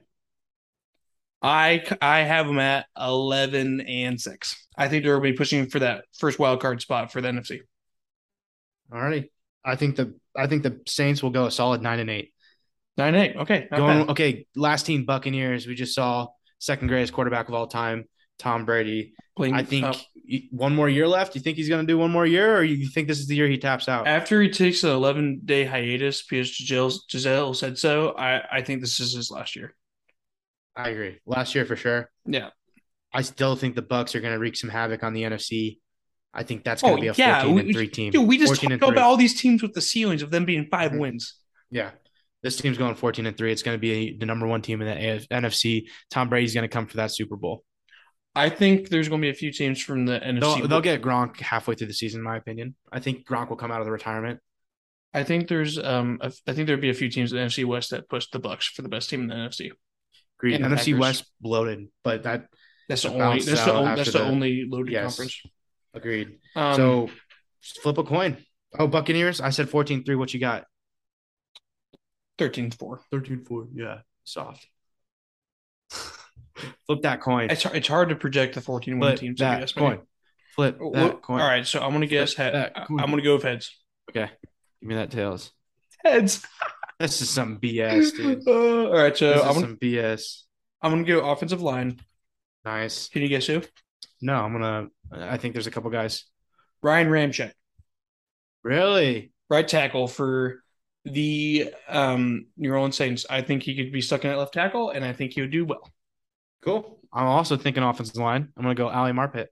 Speaker 2: I I have them at eleven and six. I think they're going to be pushing for that first wild card spot for the NFC.
Speaker 1: Alrighty. I think the I think the Saints will go a solid nine and eight.
Speaker 2: Nine and eight. Okay, not
Speaker 1: Going
Speaker 2: bad.
Speaker 1: okay, last team Buccaneers. We just saw second greatest quarterback of all time, Tom Brady.
Speaker 2: Playing,
Speaker 1: I think
Speaker 2: uh,
Speaker 1: you- one more year left. You think he's going to do one more year, or you think this is the year he taps out?
Speaker 2: after he takes an eleven day hiatus, because Giselle, Giselle said so. I I think this is his last year.
Speaker 1: I agree. Last year for sure.
Speaker 2: Yeah.
Speaker 1: I still think the Bucks are going to wreak some havoc on the NFC. I think that's going
Speaker 2: Oh,
Speaker 1: to be a
Speaker 2: yeah,
Speaker 1: fourteen
Speaker 2: we-
Speaker 1: and three team.
Speaker 2: Dude, we just
Speaker 1: 14 and
Speaker 2: talked about
Speaker 1: three.
Speaker 2: all these teams with the ceilings of them being five
Speaker 1: Mhm.
Speaker 2: wins.
Speaker 1: Yeah. This team's going 14 and 3. It's going to be the number 1 team in the AF- NFC. Tom Brady's going to come for that Super Bowl.
Speaker 2: I think there's going to be a few teams from the NFC.
Speaker 1: They'll, they'll get Gronk halfway through the season, in my opinion. I think Gronk will come out of the retirement.
Speaker 2: I think there's um a- I think there'd be a few teams in the NFC West that push the Bucks for the best team in the NFC.
Speaker 1: Agreed.
Speaker 2: And the
Speaker 1: NFC
Speaker 2: Packers.
Speaker 1: West bloated, but that
Speaker 2: That's the
Speaker 1: The
Speaker 2: only
Speaker 1: bounce
Speaker 2: that's the
Speaker 1: out
Speaker 2: only, that's
Speaker 1: after
Speaker 2: the
Speaker 1: the-
Speaker 2: only loaded
Speaker 1: Yes.
Speaker 2: conference.
Speaker 1: agreed.
Speaker 2: Um,
Speaker 1: so just flip a coin. Oh, Buccaneers. I said 14 3. What you got?
Speaker 2: 13-4.
Speaker 1: 13 4. Yeah. Soft. flip that coin.
Speaker 2: It's hard- it's hard to project the fourteen win
Speaker 1: Flip
Speaker 2: teams. I
Speaker 1: that
Speaker 2: guess,
Speaker 1: coin.
Speaker 2: man.
Speaker 1: Flip
Speaker 2: Wh-
Speaker 1: that
Speaker 2: Oh, All
Speaker 1: coin.
Speaker 2: right, so I'm gonna guess.
Speaker 1: that
Speaker 2: Head,
Speaker 1: coin.
Speaker 2: I'm gonna go with heads.
Speaker 1: Give me that tails.
Speaker 2: Heads.
Speaker 1: This is some BS, dude.
Speaker 2: Uh, all right, so
Speaker 1: This is
Speaker 2: I'm gonna,
Speaker 1: some BS.
Speaker 2: I'm gonna go offensive line.
Speaker 1: Nice.
Speaker 2: Can you guess who?
Speaker 1: No, I'm gonna. I think there's a couple guys.
Speaker 2: Ryan Ramchek,
Speaker 1: Really?
Speaker 2: right tackle for the um, New Orleans Saints. I think he could be stuck in at left tackle, and I think he would do well.
Speaker 1: Cool. I'm also thinking offensive line. I'm gonna go Ali Marpet.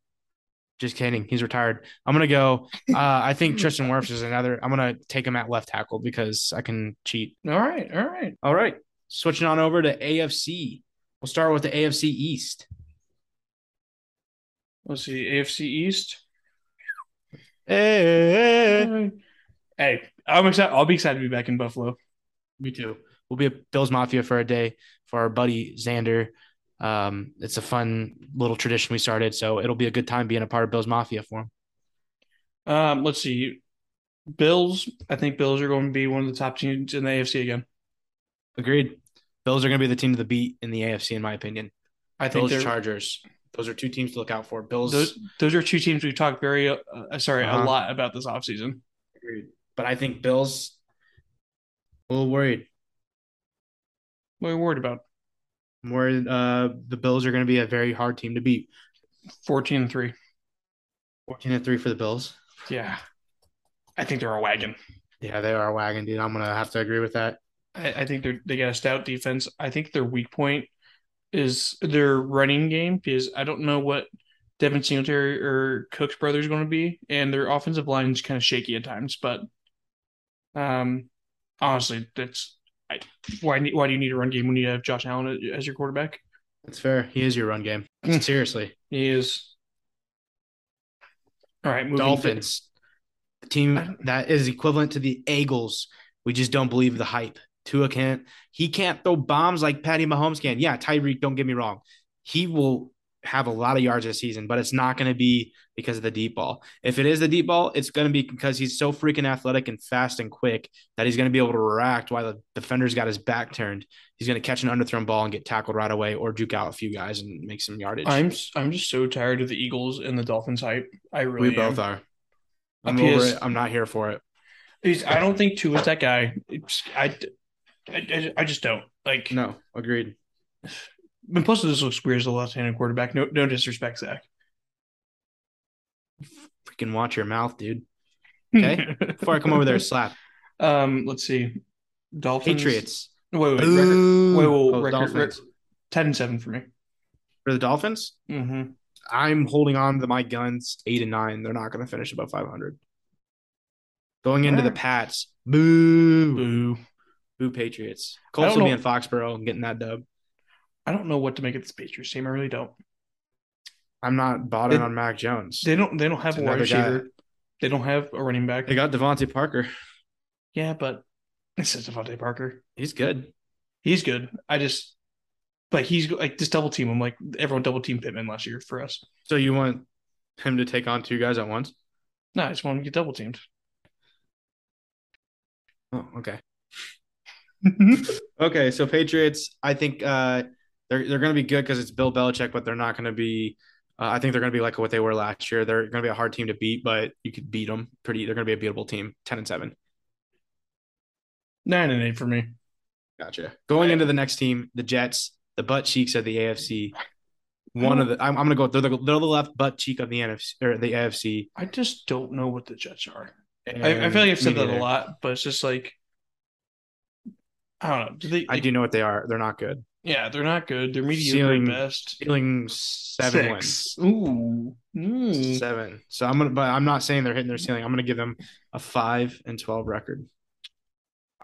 Speaker 1: Just kidding. He's retired. I'm gonna go. Uh, I think Tristan Wirfs is another. I'm gonna take him at left tackle because I can cheat.
Speaker 2: All right, all right.
Speaker 1: All right. Switching on over to AFC. We'll start with the AFC East.
Speaker 2: Let's see, AFC East.
Speaker 1: Hey,
Speaker 2: Hey, I'm excited. I'll be excited to be back in Buffalo.
Speaker 1: me too. We'll be at Bill's Mafia for a day for our buddy Xander. Um, it's a fun little tradition we started, so it'll be a good time being a part of Bill's Mafia for him.
Speaker 2: Um, let's see. Bills. I think Bills are going to be one of the top teams in the AFC again.
Speaker 1: Agreed. Bills are going to be the team to the beat in the AFC, in my opinion.
Speaker 2: I think
Speaker 1: Bills,
Speaker 2: they're,
Speaker 1: Chargers. Those are two teams to look out for. Bills.
Speaker 2: those those are two teams we've talked very uh, sorry
Speaker 1: Uh-huh.
Speaker 2: a lot about this offseason.
Speaker 1: Agreed. But I think Bills. A little worried.
Speaker 2: What are you worried about?
Speaker 1: I'm worried uh, the Bills are going to be a very hard team to beat.
Speaker 2: 14 and 3.
Speaker 1: 14 and 3 for the Bills.
Speaker 2: Yeah. I think they're a wagon.
Speaker 1: Yeah, they are a wagon, dude. I'm going to have to agree with that.
Speaker 2: I, I think they're they got a stout defense. I think their weak point is their running game because I don't know what Devin Singletary or Cook's brother is going to be, and their offensive line is kind of shaky at times. But um, honestly, that's I, why ne- why do you need a run game when you have Josh Allen as your quarterback?
Speaker 1: It's fair. He is your run game.
Speaker 2: Mm.
Speaker 1: Seriously.
Speaker 2: He is. All right, moving
Speaker 1: Dolphins. The team that is equivalent to the Eagles. We just don't believe the hype. Tua can't. He can't throw bombs like Patty Mahomes can. Yeah, Tyreek, don't get me wrong. He will have a lot of yards this season, but it's not going to be because of the deep ball. If it is the deep ball, it's going to be because he's so freaking athletic and fast and quick that he's going to be able to react while the defender's got his back turned. He's going to catch an underthrown ball and get tackled right away or juke out a few guys and make some yardage.
Speaker 2: I'm I'm just so tired of the Eagles and the Dolphins hype. I really
Speaker 1: we both
Speaker 2: am.
Speaker 1: are.
Speaker 2: A
Speaker 1: I'm over
Speaker 2: PS
Speaker 1: it. I'm not here for it.
Speaker 2: He's- I don't think Tua's that guy. It's, I, I, I just don't like.
Speaker 1: No, agreed.
Speaker 2: And plus, this looks weird as a left-handed quarterback. No, no disrespect, Zach.
Speaker 1: Freaking watch your mouth, dude. Okay. Before I come over there, slap
Speaker 2: um, let's see. Dolphins.
Speaker 1: Patriots.
Speaker 2: Wait, wait, record,
Speaker 1: Ooh.
Speaker 2: wait, wait,
Speaker 1: Oh,
Speaker 2: record-
Speaker 1: Dolphins.
Speaker 2: ten and seven for me.
Speaker 1: For the Dolphins,
Speaker 2: Mm-hmm.
Speaker 1: I'm holding on to my guns. Eight and nine. They're not going to finish above 500. Going into the
Speaker 2: Alright.
Speaker 1: Pats. Boo. Boo.
Speaker 2: Boo.
Speaker 1: Patriots.
Speaker 2: I don't
Speaker 1: Colts will be
Speaker 2: know-
Speaker 1: in Foxborough and getting that dub.
Speaker 2: I don't know what to make of this Patriots team. I really don't.
Speaker 1: I'm not bought in
Speaker 2: They-
Speaker 1: on Mac Jones.
Speaker 2: They don't. They don't have
Speaker 1: It's
Speaker 2: a wide
Speaker 1: another guy.
Speaker 2: receiver. They don't have a running back.
Speaker 1: They got Devontae Parker.
Speaker 2: yeah, but this is Devontae Parker.
Speaker 1: He's good.
Speaker 2: He's good. I just like he's like this double team. I'm like everyone double team Pittman last year for us.
Speaker 1: So you want him to take on two guys at once?
Speaker 2: No, I just want him to get double teamed.
Speaker 1: Oh, okay. Okay, so Patriots, I think uh, they're they're going to be good because it's Bill Belichick, but they're not going to be. Uh, I think they're going to be like what they were last year. They're going to be a hard team to beat, but you could beat them pretty. They're going to be a beatable team, ten and seven.
Speaker 2: Nine and eight for me.
Speaker 1: Gotcha. Going into the next team, the Jets, the butt cheeks of the AFC. One of the I'm, I'm going to go. They're the, they're the left butt cheek of the NFC or the AFC.
Speaker 2: I just don't know what the Jets are. I, I feel like I've said
Speaker 1: Mm, Me
Speaker 2: that a
Speaker 1: neither.
Speaker 2: lot, but it's just like I don't know. Do they?
Speaker 1: I do know what they are. They're not good.
Speaker 2: Yeah, they're not good. They're mediocre
Speaker 1: Ceiling-
Speaker 2: at best.
Speaker 1: Feeling seven wins.
Speaker 2: Six. Ooh. Mm.
Speaker 1: Seven. So I'm gonna, but I'm not saying they're hitting their ceiling. I'm gonna give them a five and twelve record.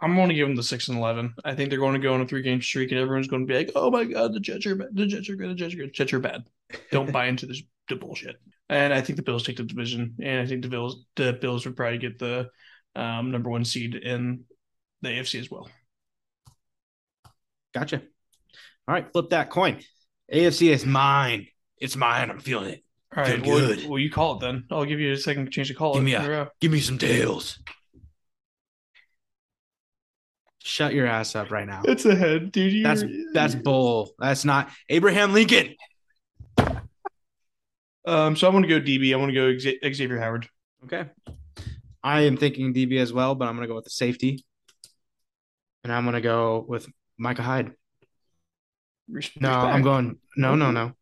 Speaker 2: I'm going to give them the six and eleven. I think they're going to go on a three game streak, and everyone's going to be like, "Oh my god, the Jets are bad. The Jets are good. The Jets are good. The Jets are bad." Don't buy into this the bullshit. And I think the Bills take the division, and I think the Bills the Bills would probably get the um, number one seed in the AFC as well.
Speaker 1: Gotcha. All right, flip that coin. AFC is mine. It's mine. I'm feeling it.
Speaker 2: All right,
Speaker 1: Feel
Speaker 2: well,
Speaker 1: good.
Speaker 2: well, you call it then. I'll give you a second to change the call.
Speaker 1: Give
Speaker 2: it.
Speaker 1: me a-
Speaker 2: in row.
Speaker 1: Give me some tails. Shut your ass up right now.
Speaker 2: It's a head, dude. You-
Speaker 1: That's that's bull. That's not Abraham Lincoln.
Speaker 2: Um, so I'm going to go DB. I'm going to go Xa- Xavier Howard.
Speaker 1: Okay. I am thinking DB as well, but I'm going to go with the safety. And I'm going to go with Micah Hyde.
Speaker 2: Respect.
Speaker 1: No, I'm going. No, no, no.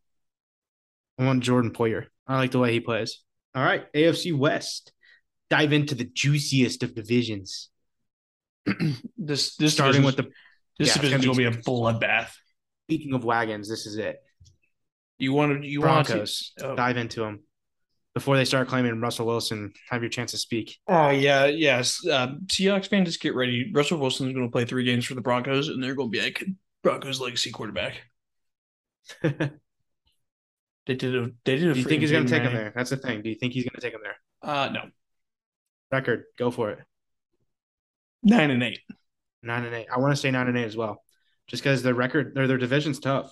Speaker 1: I want Jordan Poyer. I like the way he plays. All right, AFC West. Dive into the juiciest of divisions,
Speaker 2: this this
Speaker 1: starting
Speaker 2: division's-
Speaker 1: with the.
Speaker 2: this
Speaker 1: yeah, it's
Speaker 2: division's
Speaker 1: gonna
Speaker 2: gonna
Speaker 1: be-
Speaker 2: be a bloodbath.
Speaker 1: Speaking of wagons, this is it.
Speaker 2: You want to you want to
Speaker 1: Broncos.
Speaker 2: oh.
Speaker 1: Dive into them before they start claiming Russell Wilson. Have your chance to speak.
Speaker 2: Oh yeah, yes. Uh, Seahawks fan, just get ready. Russell Wilson's going to play three games for the Broncos, and they're going to be like Broncos legacy quarterback. They did a. They did a.
Speaker 1: Do you think
Speaker 2: freaking
Speaker 1: he's going to
Speaker 2: Peyton
Speaker 1: take him
Speaker 2: Manning.
Speaker 1: there? That's the thing. Do you think he's going to take him there?
Speaker 2: Uh, no,
Speaker 1: Record, go for it.
Speaker 2: nine and eight.
Speaker 1: Nine and eight. I want to say nine and eight as well, just because their record, their their division's tough.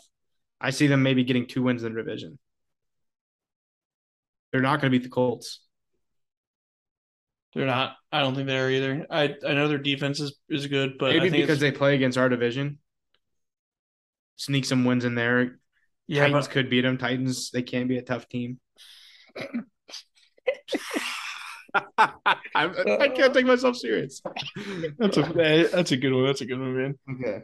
Speaker 1: I see them maybe getting two wins in the division. They're not going to beat the Colts.
Speaker 2: They're not. I don't think they are either. I I know their defense is, is good, but I
Speaker 1: maybe
Speaker 2: think
Speaker 1: because
Speaker 2: it's-
Speaker 1: they play against our division, sneak some wins in there.
Speaker 2: yeah,
Speaker 1: Titans
Speaker 2: but
Speaker 1: could beat them. Titans, they can be a tough team. I, I can't take myself serious.
Speaker 2: that's a eh, that's a good one. That's a good one, man.
Speaker 1: Okay.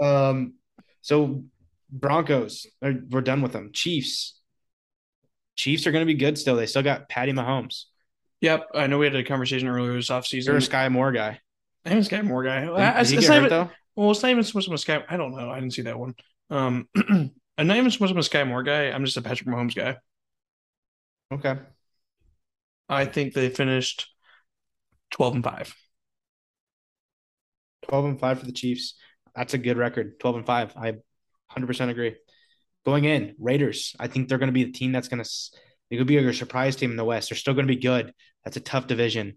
Speaker 1: Um. So Broncos, are- we're done with them. Chiefs. Chiefs are going to be good still. They still got Patty Mahomes.
Speaker 2: Yep, I know we had a conversation earlier this
Speaker 1: They're a
Speaker 2: offseason.
Speaker 1: Sky Moore guy.
Speaker 2: I think it's Sky Moore guy.
Speaker 1: Did-
Speaker 2: Mm. I,
Speaker 1: did he
Speaker 2: it's
Speaker 1: get
Speaker 2: not
Speaker 1: hurt,
Speaker 2: even-
Speaker 1: though?
Speaker 2: Well, it's not even so much of a Sky. I don't know. I didn't see that one. Um, I'm not even so much of a Sky Moore guy. I'm just a Patrick Mahomes guy.
Speaker 1: Okay.
Speaker 2: I think they finished 12 and 5.
Speaker 1: Twelve and five for the Chiefs. That's a good record. Twelve and five. I, hundred percent agree. Going in Raiders. I think they're going to be the team that's going to. They could be a surprise team in the West. They're still going to be good. That's a tough division.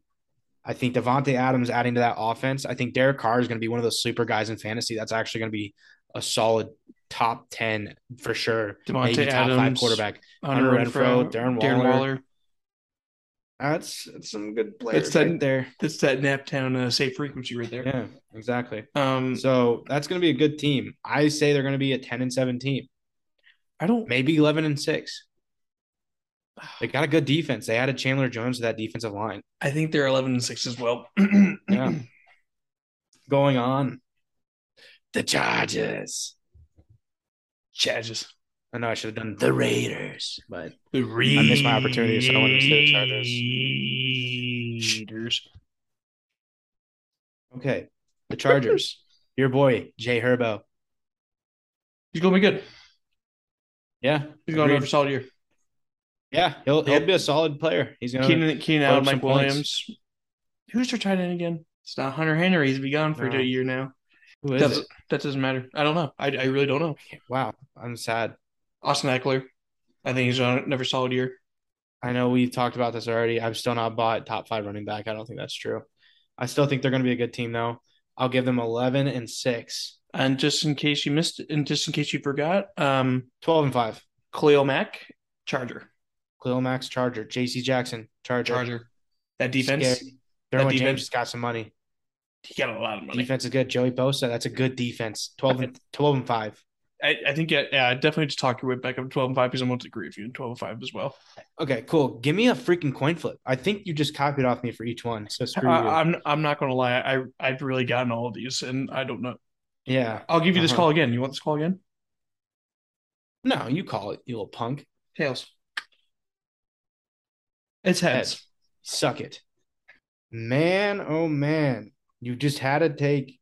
Speaker 1: I think Devontae Adams adding to that offense. I think Derek Carr is going to be one of those sleeper guys in fantasy. That's actually going to be a solid top ten for sure.
Speaker 2: Devontae
Speaker 1: Maybe top five
Speaker 2: Adams,
Speaker 1: quarterback.
Speaker 2: Hunter
Speaker 1: Renfrow,
Speaker 2: Renfro,
Speaker 1: Darren Waller.
Speaker 2: Darren Waller.
Speaker 1: That's, that's some good players
Speaker 2: that-
Speaker 1: right there.
Speaker 2: That's that Naptown uh, safe frequency right there.
Speaker 1: Yeah, exactly.
Speaker 2: Um,
Speaker 1: So that's going to be a good team. I say they're going to be a ten and seven team.
Speaker 2: I don't.
Speaker 1: maybe 11 and 6. They got a good defense. They added Chandler Jones to that defensive line.
Speaker 2: I think they're 11 and 6 as well.
Speaker 1: Yeah. Going on. The Chargers.
Speaker 2: Chargers.
Speaker 1: I know I should have done the Raiders, but
Speaker 2: The Readers.
Speaker 1: I missed my opportunity, so I wanted to say the Chargers.
Speaker 2: Readers.
Speaker 1: okay. The Chargers. Your boy, Jay Herbo.
Speaker 2: He's going to be good.
Speaker 1: Yeah.
Speaker 2: He's going to have
Speaker 1: agreed.
Speaker 2: a solid year.
Speaker 1: yeah, he'll he'll
Speaker 2: Yep.
Speaker 1: be a solid player. He's gonna
Speaker 2: Keenan,
Speaker 1: put
Speaker 2: Keenan
Speaker 1: up
Speaker 2: Allen,
Speaker 1: some
Speaker 2: Mike
Speaker 1: points.
Speaker 2: Williams. Who's their tight end again? It's not Hunter Henry. He's been gone for
Speaker 1: No.
Speaker 2: a year now.
Speaker 1: who is
Speaker 2: That's,
Speaker 1: it?
Speaker 2: that doesn't matter. I don't know. I, I really don't know.
Speaker 1: Wow, I'm sad.
Speaker 2: Austin Eckler. I think he's on another solid year.
Speaker 1: I know we've talked about this already. I'm still not bought top five running back. I don't think that's true. I still think they're gonna be a good team though. I'll give them eleven and six.
Speaker 2: And just in case you missed, and just in case you forgot, um,
Speaker 1: 12 and 5.
Speaker 2: Cleo Mack, Charger,
Speaker 1: Cleo Max Charger. JC Jackson Charger.
Speaker 2: Charger. That defense,
Speaker 1: Scary. Derwin
Speaker 2: defense-
Speaker 1: James has got some money.
Speaker 2: he got a lot of money.
Speaker 1: Defense is good. Joey Bosa, that's a good defense. 12 and 12 and 5.
Speaker 2: I, I think yeah, yeah, definitely just talk your way back up to twelve and five because I'm going to agree with you in twelve and five as well.
Speaker 1: Okay, cool. Give me a freaking coin flip. I think you just copied off me for each one. So
Speaker 2: I,
Speaker 1: screw you.
Speaker 2: I'm I'm not going to lie, I I've really gotten all of these, and I don't know.
Speaker 1: yeah.
Speaker 2: I'll give you this
Speaker 1: Uh-huh.
Speaker 2: call again. You want this call again?
Speaker 1: No, you call it, you little punk.
Speaker 2: Tails. It's heads.
Speaker 1: Heads. Suck it. Man, oh man. You just had to take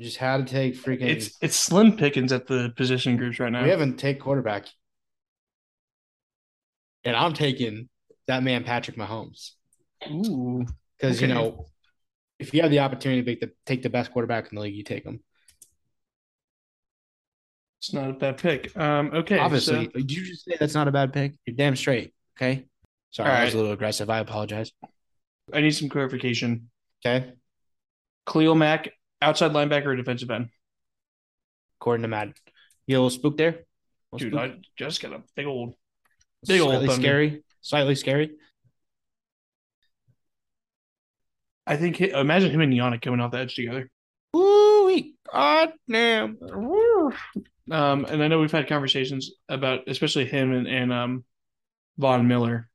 Speaker 1: you just had to take freaking
Speaker 2: It's it's slim pickings at the position groups right now.
Speaker 1: we haven't take quarterback. And I'm taking that man Patrick Mahomes.
Speaker 2: Ooh.
Speaker 1: Because you
Speaker 2: Okay.
Speaker 1: know, if you have the opportunity to make the, take the best quarterback in the league, you take him.
Speaker 2: It's not a bad pick. Um, okay.
Speaker 1: Obviously,
Speaker 2: so-
Speaker 1: did you just say that's not a bad pick? You're damn straight. Okay. Sorry, I was
Speaker 2: Alright.
Speaker 1: a little aggressive. I apologize.
Speaker 2: I need some clarification.
Speaker 1: Okay.
Speaker 2: Cleo Mack, outside linebacker or defensive end?
Speaker 1: According to Madden, you a little spook there. A little
Speaker 2: Dude,
Speaker 1: spook?
Speaker 2: I just got a big old. big old
Speaker 1: slightly
Speaker 2: bummy.
Speaker 1: scary. Slightly scary.
Speaker 2: I think hi- imagine him and Yannick coming off the edge together.
Speaker 1: Ooh, god damn.
Speaker 2: Um, and I know we've had conversations about especially him and, and um, Von Miller.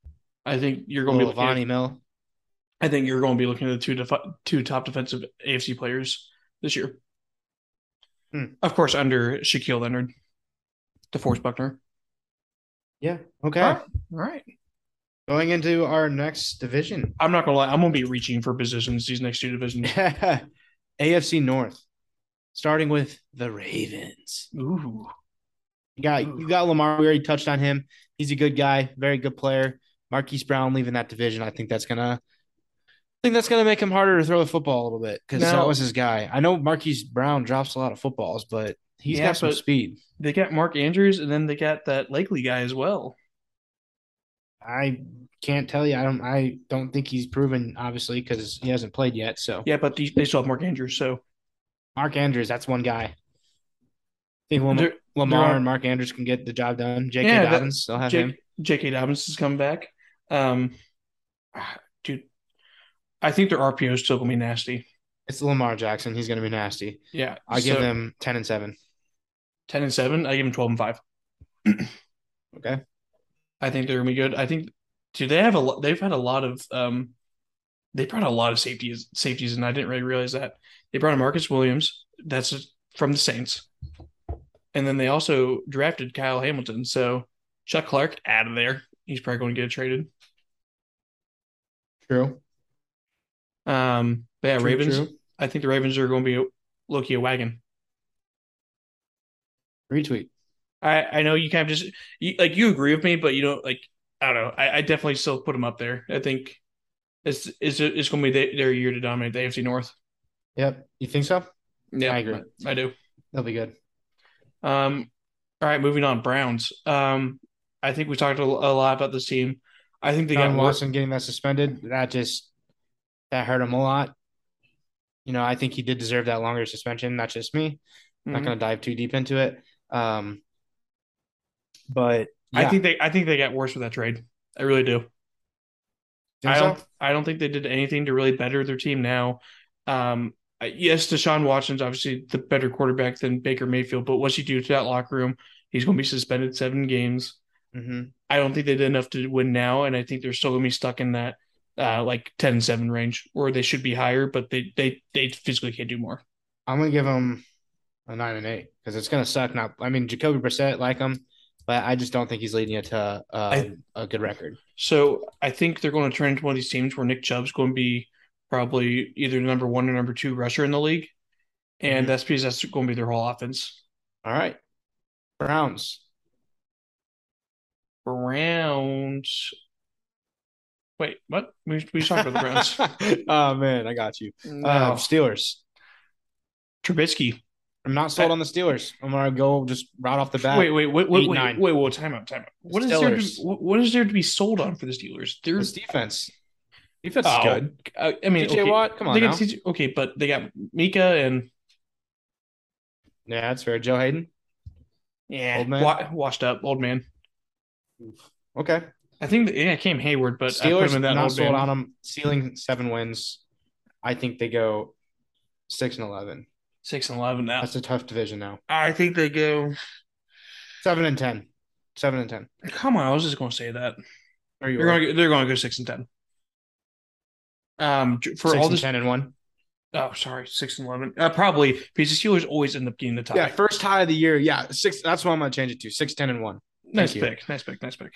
Speaker 2: I think you're going to be
Speaker 1: Little
Speaker 2: looking
Speaker 1: Vonnie
Speaker 2: at-
Speaker 1: Mill.
Speaker 2: I think you're going to be looking at the two defi- two top defensive AFC players this year.
Speaker 1: Hmm.
Speaker 2: Of course, under Shaquille Leonard, DeForest Buckner.
Speaker 1: Yeah. Okay.
Speaker 2: All right. All right.
Speaker 1: Going into our next division,
Speaker 2: I'm not gonna lie. I'm gonna be reaching for positions these next two divisions.
Speaker 1: AFC North, starting with the Ravens.
Speaker 2: Ooh.
Speaker 1: You got you got Lamar. We already touched on him. He's a good guy, very good player. Marquise Brown leaving that division. I think that's gonna. I think that's gonna make him harder to throw the football a little bit because
Speaker 2: No.
Speaker 1: that was his guy. I know Marquise Brown drops a lot of footballs, but he's
Speaker 2: Yeah,
Speaker 1: got some
Speaker 2: but-
Speaker 1: speed.
Speaker 2: They got Mark Andrews, and then they got that Lakely guy as well.
Speaker 1: I can't tell you. I don't. I don't think he's proven obviously because he hasn't played yet. So
Speaker 2: Yeah, but they, they still have Mark Andrews, so
Speaker 1: Mark Andrews, that's one guy. I think Lam-
Speaker 2: They're-
Speaker 1: Lamar
Speaker 2: they're-
Speaker 1: and Mark Andrews can get the job done. J.K.
Speaker 2: Yeah, that-
Speaker 1: Dobbins, they'll have him.
Speaker 2: Jake, J.K. Dobbins has come back. Um, ah, dude, I think their RPO is still gonna be nasty.
Speaker 1: It's Lamar Jackson. He's gonna be nasty.
Speaker 2: Yeah,
Speaker 1: I give
Speaker 2: so
Speaker 1: them ten and seven.
Speaker 2: ten and seven. I give them twelve and five.
Speaker 1: Okay.
Speaker 2: I think they're gonna be good. I think, dude, they have a lot. They've had a lot of um, they brought a lot of safeties, safeties, and I didn't really realize that they brought in Marcus Williams. That's from the Saints, and then they also drafted Kyle Hamilton. So Chuck Clark out of there. He's probably going to get traded.
Speaker 1: True.
Speaker 2: Um, but yeah,
Speaker 1: True,
Speaker 2: Ravens.
Speaker 1: true.
Speaker 2: I think the Ravens are going to be Loki a wagon.
Speaker 1: Retweet.
Speaker 2: I I know you kind of just you, like you agree with me, but you don't like I don't know. I, I definitely still put them up there. I think it's it's it's going to be their, their year to dominate the AFC North.
Speaker 1: Yep. You think so?
Speaker 2: Yeah,
Speaker 1: I agree.
Speaker 2: I do.
Speaker 1: That'll be good.
Speaker 2: Um, all right, moving on. Browns. Um, I think we talked a, a lot about this team. I think they
Speaker 1: John
Speaker 2: got worse.
Speaker 1: Watson getting that suspended, that just that hurt him a lot. You know, I think he did deserve that longer suspension. Not just me.
Speaker 2: Mm-hmm.
Speaker 1: Not going to dive too deep into it. Um, but
Speaker 2: I think they I think they got worse with that trade. I really do.
Speaker 1: Think
Speaker 2: I
Speaker 1: so?
Speaker 2: don't. I don't think they did anything to really better their team now. Um, uh, yes, Deshaun Watson's obviously the better quarterback than Baker Mayfield, but what's he do to that locker room? He's going to be suspended seven games.
Speaker 1: Mhm.
Speaker 2: I don't think they did enough to win now, and I think they're still going to be stuck in that uh, like ten and seven range, or they should be higher, but they they they physically can't do more.
Speaker 1: I'm going to give him a nine and eight because it's going to suck. Not, I mean, Jacoby Brissett like him, but I just don't think he's leading it to uh, a good record.
Speaker 2: So I think they're going to turn into one of these teams where Nick Chubb's going to be probably either number one or number two rusher in the league, and
Speaker 1: Mhm.
Speaker 2: that's because that's going to be their whole offense.
Speaker 1: All right, Browns.
Speaker 2: Browns. Wait, what? We we talked about the Browns.
Speaker 1: oh man, I got you.
Speaker 2: no.
Speaker 1: Uh, Steelers.
Speaker 2: Trubisky.
Speaker 1: I'm not sold on the Steelers. I'm gonna go just right off the bat.
Speaker 2: wait, wait, wait, wait,
Speaker 1: eight,
Speaker 2: wait,
Speaker 1: nine.
Speaker 2: wait, wait, time out, time out. What is there? To,
Speaker 1: Steelers.
Speaker 2: what what is there to be sold on for the Steelers? They're
Speaker 1: It's defense. Defense
Speaker 2: Oh,
Speaker 1: is good.
Speaker 2: I, I mean,
Speaker 1: TJ
Speaker 2: okay,
Speaker 1: Watt, come on
Speaker 2: they
Speaker 1: now.
Speaker 2: got TJ okay, but they got Mika and
Speaker 1: yeah, that's fair. Joe Hayden.
Speaker 2: yeah,
Speaker 1: Old man?
Speaker 2: wa- washed up old man.
Speaker 1: Okay.
Speaker 2: I think that, yeah, Cam Hayward, but I put
Speaker 1: Steelers
Speaker 2: him in that
Speaker 1: not
Speaker 2: old
Speaker 1: sold
Speaker 2: man.
Speaker 1: on them. Ceiling seven wins. I think they go six and eleven.
Speaker 2: six and eleven now.
Speaker 1: That's a tough division now.
Speaker 2: I think they go.
Speaker 1: Seven and ten. Seven and ten.
Speaker 2: Come on, I was just going to say that.
Speaker 1: There you
Speaker 2: They're
Speaker 1: are.
Speaker 2: going. To, they're going to go six and ten. Um, for
Speaker 1: six
Speaker 2: all
Speaker 1: and
Speaker 2: this,
Speaker 1: ten and one.
Speaker 2: oh, sorry, six and eleven. Uh, probably because the Steelers always end up getting the tie.
Speaker 1: Yeah, first tie of the year. Yeah, six. That's what I'm gonna change it to. Six, ten, and one.
Speaker 2: nice
Speaker 1: you.
Speaker 2: pick, nice pick, nice pick.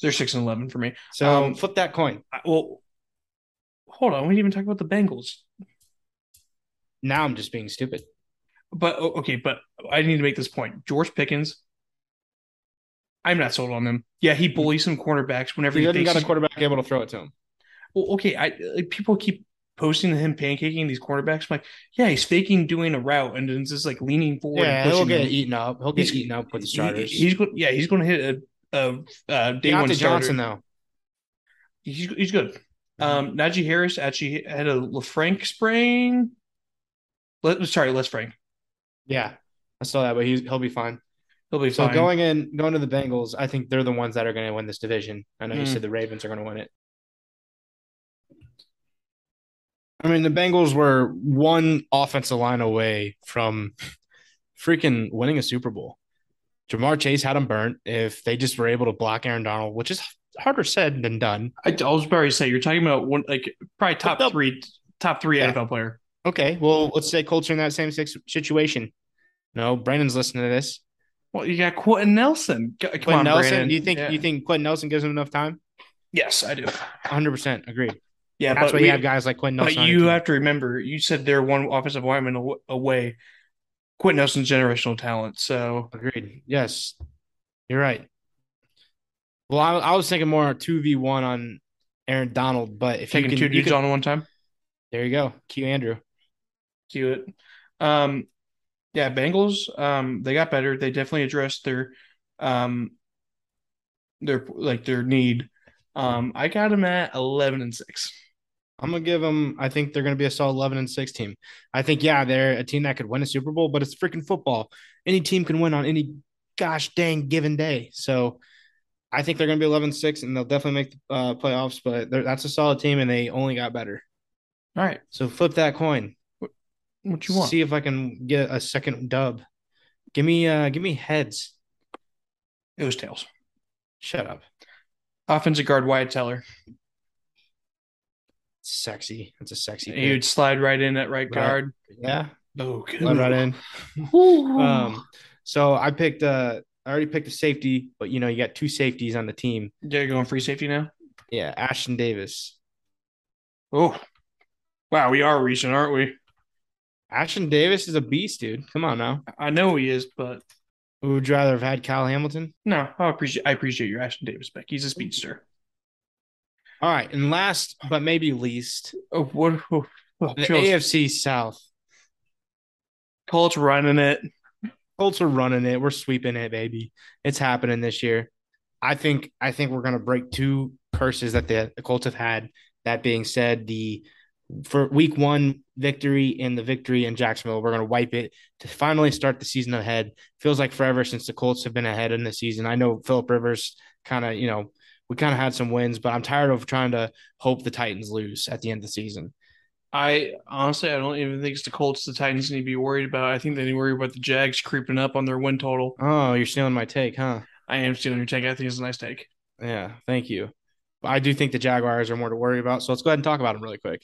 Speaker 2: They're six and eleven for me.
Speaker 1: So
Speaker 2: Um,
Speaker 1: flip that coin.
Speaker 2: I, well, hold on, we didn't even talk about the Bengals.
Speaker 1: Now I'm just being stupid.
Speaker 2: But oh, okay, but I need to make this point. George Pickens, I'm not sold on him. Yeah, he bullies some cornerbacks whenever
Speaker 1: He
Speaker 2: he,
Speaker 1: hasn't
Speaker 2: thinks.
Speaker 1: got a
Speaker 2: he's-
Speaker 1: quarterback able to throw it to him.
Speaker 2: well, okay, I like, people keep posting him pancaking these cornerbacks. I'm like, yeah, he's faking doing a route and then just like leaning forward.
Speaker 1: Yeah,
Speaker 2: and
Speaker 1: he'll
Speaker 2: pushing
Speaker 1: get
Speaker 2: him.
Speaker 1: eaten up. He'll get
Speaker 2: He's-
Speaker 1: eaten up with the
Speaker 2: He-
Speaker 1: starters.
Speaker 2: he's going. Yeah, he's going to hit a, a, a day one
Speaker 1: Deontay
Speaker 2: starter.
Speaker 1: Johnson though.
Speaker 2: He's he's good.
Speaker 1: Uh-huh.
Speaker 2: Um, Najee Harris actually had a LeFranc sprain. Let, sorry, Les Frank.
Speaker 1: Yeah, I saw that, but he's, he'll be fine.
Speaker 2: He'll be
Speaker 1: So
Speaker 2: fine.
Speaker 1: going in, going to the Bengals, I think they're the ones that are going to win this division. I know you
Speaker 2: Hmm.
Speaker 1: said the Ravens are going to win it. I mean, the Bengals were one offensive line away from freaking winning a Super Bowl. Jamar Chase had them burnt. If they just were able to block Aaron Donald, which is harder said than done.
Speaker 2: I, I was about to say you're talking about one like probably top
Speaker 1: the-
Speaker 2: three, top three
Speaker 1: Yeah.
Speaker 2: NFL player.
Speaker 1: Okay, well, let's say Colts are in that same six situation. No, Brandon's listening to this.
Speaker 2: Well, you got Quentin Nelson. G- Come
Speaker 1: Quentin
Speaker 2: on,
Speaker 1: Nelson,
Speaker 2: Brandon.
Speaker 1: do you think
Speaker 2: Yeah.
Speaker 1: you think Quentin Nelson gives him enough time?
Speaker 2: Yes, I do.
Speaker 1: 100 percent agreed.
Speaker 2: Yeah,
Speaker 1: That's
Speaker 2: but
Speaker 1: why
Speaker 2: we-
Speaker 1: you have guys like Quentin Nelson.
Speaker 2: But
Speaker 1: on your
Speaker 2: you
Speaker 1: team.
Speaker 2: have to remember, you said they're one offensive lineman aw- away. Quentin Nelson's generational talent. So
Speaker 1: agreed. Yes, you're right. Well, I, I was thinking more two v one on Aaron Donald, but if
Speaker 2: taking
Speaker 1: you
Speaker 2: two
Speaker 1: can, you
Speaker 2: dudes
Speaker 1: can
Speaker 2: on one time,
Speaker 1: there you go. Q Andrew.
Speaker 2: cue it. Um, yeah, Bengals. Um, they got better. They definitely addressed their, um, their like their need. Um, I got them at eleven and six.
Speaker 1: I'm gonna give them. I think they're gonna be a solid 11 and 6 team. I think yeah, they're a team that could win a Super Bowl, but it's freaking football. Any team can win on any gosh dang given day. So I think they're gonna be 11 and 6, and they'll definitely make the uh, playoffs. But they're- that's a solid team, and they only got better.
Speaker 2: All right,
Speaker 1: So flip that coin.
Speaker 2: what you want?
Speaker 1: See if I can get a second dub. Give me, uh, give me heads.
Speaker 2: it was tails.
Speaker 1: Shut up.
Speaker 2: Offensive guard Wyatt Teller.
Speaker 1: Sexy. That's a sexy.
Speaker 2: He would
Speaker 1: Pick.
Speaker 2: slide right in at right
Speaker 1: Right.
Speaker 2: guard.
Speaker 1: Yeah.
Speaker 2: Oh, good.
Speaker 1: Let right in.
Speaker 2: Um,
Speaker 1: Um, so I picked uh I already picked a safety, but you know, you got two safeties on the team.
Speaker 2: they're going free safety now.
Speaker 1: Yeah, Ashton Davis.
Speaker 2: Oh, wow, we are reaching, aren't we?
Speaker 1: Ashton Davis is a beast, dude. Come on now.
Speaker 2: I know he is, but
Speaker 1: Who would you rather have had Kyle Hamilton?
Speaker 2: no, I appreciate I appreciate your Ashton Davis pick. He's a speedster.
Speaker 1: All right, and last but maybe least,
Speaker 2: Oh, what? Oh, oh,
Speaker 1: the
Speaker 2: chills.
Speaker 1: AFC South.
Speaker 2: Colts running it.
Speaker 1: Colts are running it. We're sweeping it, baby. It's happening this year. I think I think we're gonna break two curses that the, the Colts have had. That being said, the for week one victory and the victory in Jacksonville, we're gonna wipe it to finally start the season ahead. Feels like forever since the Colts have been ahead in the season. I know Philip Rivers kind of, you know, we kind of had some wins, but I'm tired of trying to hope the Titans lose at the end of the season.
Speaker 2: I honestly, I don't even think it's the Colts. The Titans need to be worried about. I think they need to worry about the Jags creeping up on their win total.
Speaker 1: Oh, you're stealing my take, huh?
Speaker 2: I am stealing your take. I think it's a nice take.
Speaker 1: Yeah, thank you. But I do think the Jaguars are more to worry about. So let's go ahead and talk about them really quick.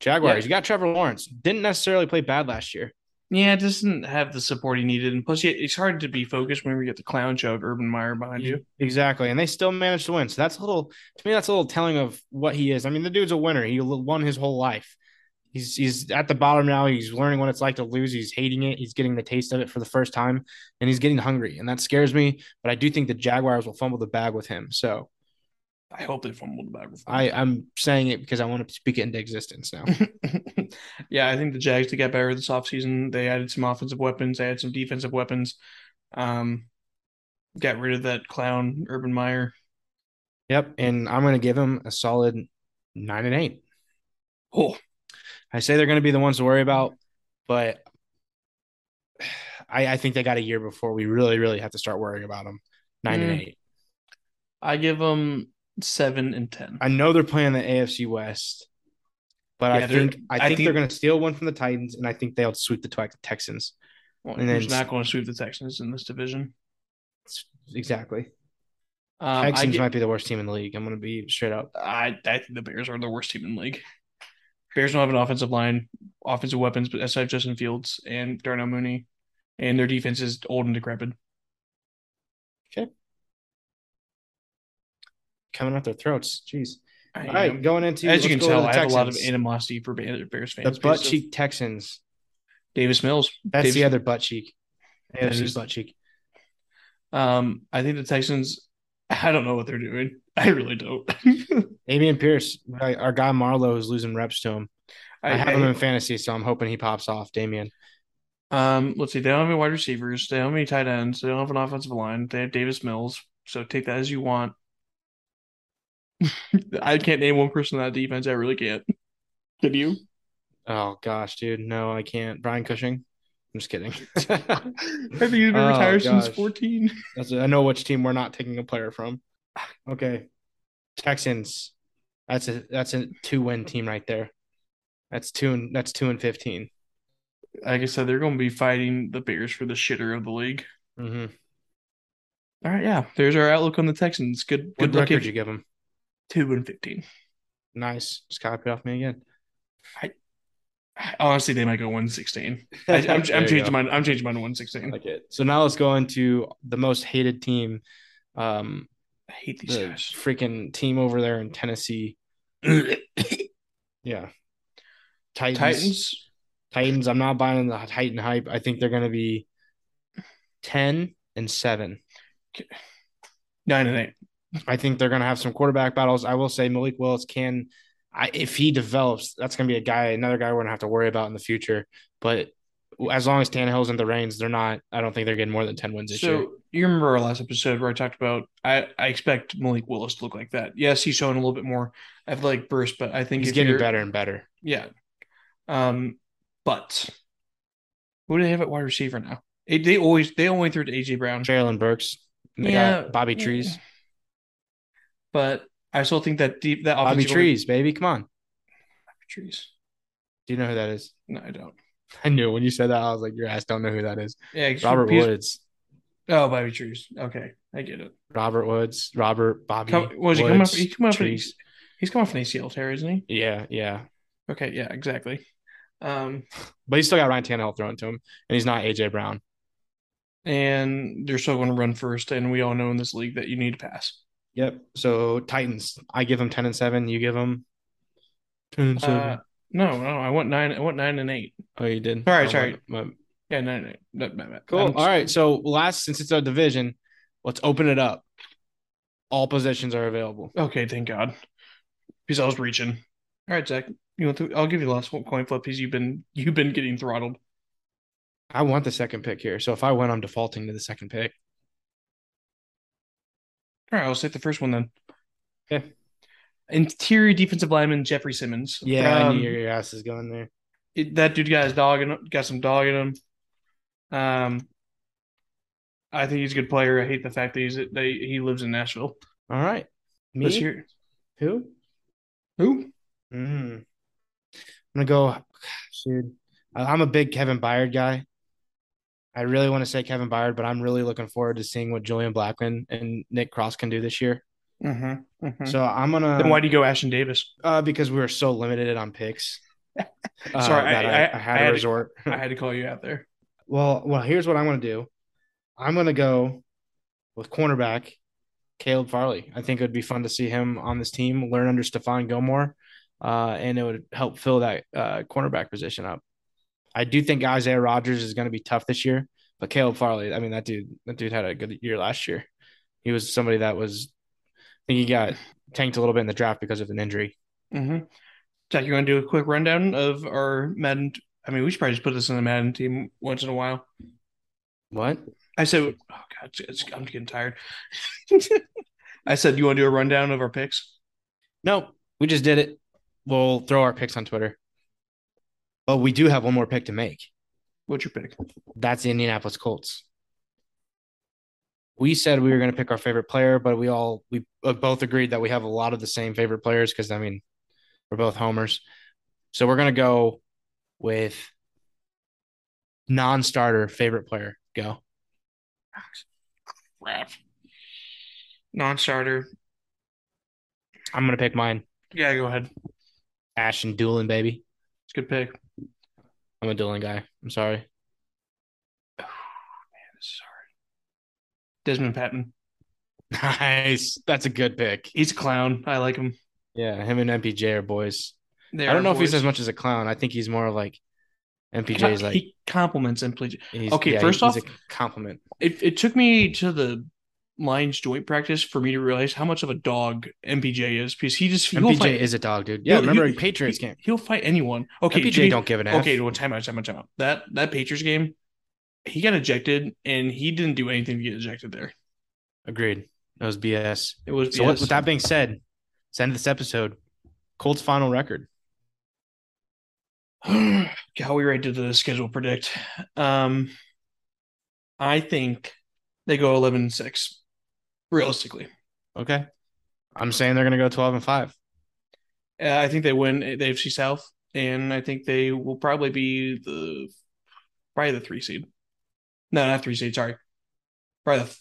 Speaker 1: Jaguars,
Speaker 2: Yeah.
Speaker 1: you got Trevor Lawrence. Didn't necessarily play bad last year.
Speaker 2: Yeah, it doesn't have the support he needed, and plus, yeah, it's hard to be focused when we get the clown show of Urban Meyer behind you.
Speaker 1: Exactly. And they still managed to win. So that's a little, to me, that's a little telling of what he is. I mean, the dude's a winner. He l- won his whole life. He's, he's at the bottom now. He's learning what it's like to lose. He's hating it. He's getting the taste of it for the first time and he's getting hungry. And that scares me. But I do think the Jaguars will fumble the bag with him. So
Speaker 2: I hope they fumbled the bag. with him.
Speaker 1: I, I'm saying it because I want to speak it into existence now.
Speaker 2: yeah, I think the Jags did get better this offseason. They added some offensive weapons, they had some defensive weapons. Um, got rid of that clown, Urban Meyer.
Speaker 1: Yep, and I'm going to give them a solid nine and eight.
Speaker 2: Oh,
Speaker 1: I say they're going to be the ones to worry about, but I, I think they got a year before we really, really have to start worrying about them. Nine and
Speaker 2: Mm.
Speaker 1: eight.
Speaker 2: I give them seven and ten.
Speaker 1: I know they're playing the AFC West, but I
Speaker 2: Yeah, they're-
Speaker 1: think I
Speaker 2: I
Speaker 1: think, they're
Speaker 2: think-
Speaker 1: going to steal one from the Titans, and I think they'll sweep the Tex- Texans.
Speaker 2: Well,
Speaker 1: and
Speaker 2: and
Speaker 1: then-
Speaker 2: not going to sweep the Texans in this division.
Speaker 1: Exactly.
Speaker 2: Um, I,
Speaker 1: Texans
Speaker 2: gi-
Speaker 1: might be the worst team in the league. I'm going to be straight up.
Speaker 2: I, I think the Bears are the worst team in the league. Bears don't have an offensive line, offensive weapons, but aside Justin Fields and Darnell Mooney, and their defense is old and decrepit.
Speaker 1: Coming out their throats. Jeez.
Speaker 2: I
Speaker 1: All right,
Speaker 2: am-
Speaker 1: going into
Speaker 2: as you can
Speaker 1: let's go over
Speaker 2: tell,
Speaker 1: the
Speaker 2: I have a lot of
Speaker 1: Texans.
Speaker 2: animosity for Ba- Bears fans.
Speaker 1: the butt
Speaker 2: because of-
Speaker 1: cheek Texans.
Speaker 2: Davis Mills.
Speaker 1: That's
Speaker 2: Davis-
Speaker 1: the other butt cheek.
Speaker 2: That
Speaker 1: AFC
Speaker 2: is-
Speaker 1: butt cheek.
Speaker 2: Um, I think the Texans. I don't know what they're doing. I really don't.
Speaker 1: Damian Pierce, I- our guy Marlowe is losing reps to him. I, have him in fantasy, so I'm hoping he pops off. Damian,
Speaker 2: Um, let's see. They don't have any wide receivers. They don't have any tight ends. They don't have an offensive line. They have Davis Mills. So take that as you want. I can't name one person on that defense. I really can't. Can you?
Speaker 1: oh gosh, dude, no, I can't. Brian Cushing, I'm just kidding.
Speaker 2: I think he's been
Speaker 1: Oh,
Speaker 2: retired since
Speaker 1: gosh.
Speaker 2: 14.
Speaker 1: That's- I know which team we're not taking a player from. Okay, Texans. That's a that's a two win team right there. That's two and that's two and 15
Speaker 2: Like I said, they're going to be fighting the Bears for the shitter of the league.
Speaker 1: Mm-hmm.
Speaker 2: All right, yeah. There's our outlook on the Texans. Good,
Speaker 1: What
Speaker 2: good
Speaker 1: record
Speaker 2: luck.
Speaker 1: you give him?
Speaker 2: Two and fifteen.
Speaker 1: Nice. Just copy off me again.
Speaker 2: Honestly, they might go one sixteen. I, I'm, I'm
Speaker 1: There you go.
Speaker 2: changing mine. I'm changing mine to one sixteen.
Speaker 1: Like it. So now let's go into the most hated team, um,
Speaker 2: I hate these
Speaker 1: the
Speaker 2: guys.
Speaker 1: freaking team over there in Tennessee. yeah, Titans.
Speaker 2: Titans.
Speaker 1: Titans. I'm not buying the Titan hype. I think they're going to be ten and seven.
Speaker 2: Nine and eight.
Speaker 1: I think they're going to have some quarterback battles. I will say Malik Willis can, I, if he develops, that's going to be a guy, another guy we're going to have to worry about in the future. But as long as Tannehill's in the reins, they're not. I don't think they're getting more than ten wins this
Speaker 2: So
Speaker 1: year.
Speaker 2: you remember our last episode where I talked about I, I expect Malik Willis to look like that. Yes, he's showing a little bit more athletic burst, but I think
Speaker 1: He's
Speaker 2: if
Speaker 1: getting
Speaker 2: you're-
Speaker 1: better and better.
Speaker 2: Yeah. Um, but who do they have at wide receiver now? They, they always they only threw to AJ Brown,
Speaker 1: Jalen Burks, they
Speaker 2: Yeah.
Speaker 1: got Bobby Trees,
Speaker 2: but I still think that deep that
Speaker 1: Bobby
Speaker 2: offensive
Speaker 1: Trees, baby, come on.
Speaker 2: trees.
Speaker 1: Do you know who that is?
Speaker 2: No, I don't.
Speaker 1: I knew when you said that, I was like, your ass don't know who that is.
Speaker 2: Yeah, 'cause
Speaker 1: Robert
Speaker 2: he's-
Speaker 1: Woods,
Speaker 2: Oh, Bobby Trees. Okay, I get it.
Speaker 1: Robert Woods, Robert Bobby.
Speaker 2: Come, was he coming up?
Speaker 1: Woods,
Speaker 2: He come up. An,
Speaker 1: Trees.
Speaker 2: he's coming off an ACL tear, isn't he?
Speaker 1: Yeah, yeah.
Speaker 2: Okay, yeah, exactly. Um,
Speaker 1: But he's still got Ryan Tannehill thrown to him, and he's not AJ Brown.
Speaker 2: and they're still going to run first. And we all know in this league that you need to pass.
Speaker 1: Yep. So Titans, I give them ten and seven. You give them ten and seven.
Speaker 2: Uh, no, no, I want nine. I want nine and eight.
Speaker 1: oh, you did.
Speaker 2: sorry,
Speaker 1: Oh,
Speaker 2: sorry.
Speaker 1: my- my-
Speaker 2: Yeah, nine and eight. No, no, no.
Speaker 1: cool.
Speaker 2: I'm-
Speaker 1: All right. So last, since it's a division, let's open it up. All positions are available.
Speaker 2: Okay, thank God, because I was reaching. All right, Zach, you want to? I'll give you the last one coin flip because you've been you've been getting throttled.
Speaker 1: I want the second pick here. So if I win, I'm defaulting to the second pick.
Speaker 2: All right, I'll take the first one then.
Speaker 1: Okay.
Speaker 2: Interior defensive lineman Jeffrey Simmons.
Speaker 1: Yeah, I
Speaker 2: Um,
Speaker 1: knew your ass is going there.
Speaker 2: it- that dude got his dog and got some dog in him. Um, I think he's a good player. I hate the fact that he's that he lives in Nashville.
Speaker 1: All right. Me?
Speaker 2: Let's hear-
Speaker 1: Who?
Speaker 2: who?
Speaker 1: Mm. I'm gonna go, dude. I- I'm a big Kevin Byard guy. I really want to say Kevin Byard, but I'm really looking forward to seeing what Julian Blackman and Nick Cross can do this year.
Speaker 2: Mm-hmm.
Speaker 1: So I'm gonna
Speaker 2: then why do you go Ashton Davis?
Speaker 1: uh, because we were so limited on picks. uh,
Speaker 2: Sorry, I-
Speaker 1: that I,
Speaker 2: I-
Speaker 1: I had
Speaker 2: I
Speaker 1: to
Speaker 2: had-
Speaker 1: resort.
Speaker 2: I had to call you out there.
Speaker 1: well, well, here's what I'm gonna do. I'm gonna go with cornerback Caleb Farley. I think it would be fun to see him on this team, learn under Stephon Gilmore, uh, and it would help fill that uh, cornerback position up. I do think Isaiah Rogers is going to be tough this year, but Caleb Farley, I mean, that dude, that dude had a good year last year. He was somebody that was, I think he got tanked a little bit in the draft because of an injury.
Speaker 2: Mm-hmm. Jack, you want to do a quick rundown of our Madden? I mean, we should probably just put this in the Madden team once in a while.
Speaker 1: What?
Speaker 2: I said, oh god, it's, it's, I'm getting tired. I said, you want to do a rundown of our picks?
Speaker 1: Nope. We just did it. We'll throw our picks on Twitter. Well, we do have one more pick to make.
Speaker 2: What's your pick?
Speaker 1: That's the Indianapolis Colts. We said we were going to pick our favorite player, but we all we uh, both agreed that we have a lot of the same favorite players because I mean, we're both homers. So we're going to go with non-starter favorite player. Go.
Speaker 2: Crap. Non-starter.
Speaker 1: I'm going to pick mine.
Speaker 2: Yeah, go ahead. It's
Speaker 1: Ashton Doolin, baby.
Speaker 2: a good pick.
Speaker 1: I'm a Doolin guy. I'm sorry.
Speaker 2: Sorry. Desmond Patton.
Speaker 1: Nice. That's a good pick.
Speaker 2: He's a clown. I like him.
Speaker 1: Yeah, him and MPJ are boys.
Speaker 2: They
Speaker 1: I don't
Speaker 2: are
Speaker 1: know if he's
Speaker 2: boys.
Speaker 1: as much as a clown. I think he's more like
Speaker 2: Co-
Speaker 1: MPJ's like
Speaker 2: he compliments MPJ.
Speaker 1: he's,
Speaker 2: Okay,
Speaker 1: yeah,
Speaker 2: first
Speaker 1: he- he's a compliment.
Speaker 2: It it took me to the Lions joint practice for me to realize how much of a dog MPJ is because he just he'll
Speaker 1: MPJ
Speaker 2: fight,
Speaker 1: is a dog, dude. Yeah,
Speaker 2: He'll-
Speaker 1: remember
Speaker 2: he-
Speaker 1: in Patriots game.
Speaker 2: he'll fight anyone. Okay,
Speaker 1: MPJ
Speaker 2: to be-
Speaker 1: don't give an F.
Speaker 2: okay. Well, time out, time out, time out. That that Patriots game, he got ejected and he didn't do anything to get ejected there.
Speaker 1: Agreed. That was BS.
Speaker 2: It was
Speaker 1: So what,
Speaker 2: BS.
Speaker 1: with that being said, it's the end of this episode. Colts final record.
Speaker 2: God, we right did the schedule predict. Um, I think they go 11 and 6, realistically.
Speaker 1: Okay. I'm saying they're gonna go 12 and 5.
Speaker 2: Uh, I think they win the AFC South, and I think they will probably be the probably the three seed. No, not three seed. Sorry, probably the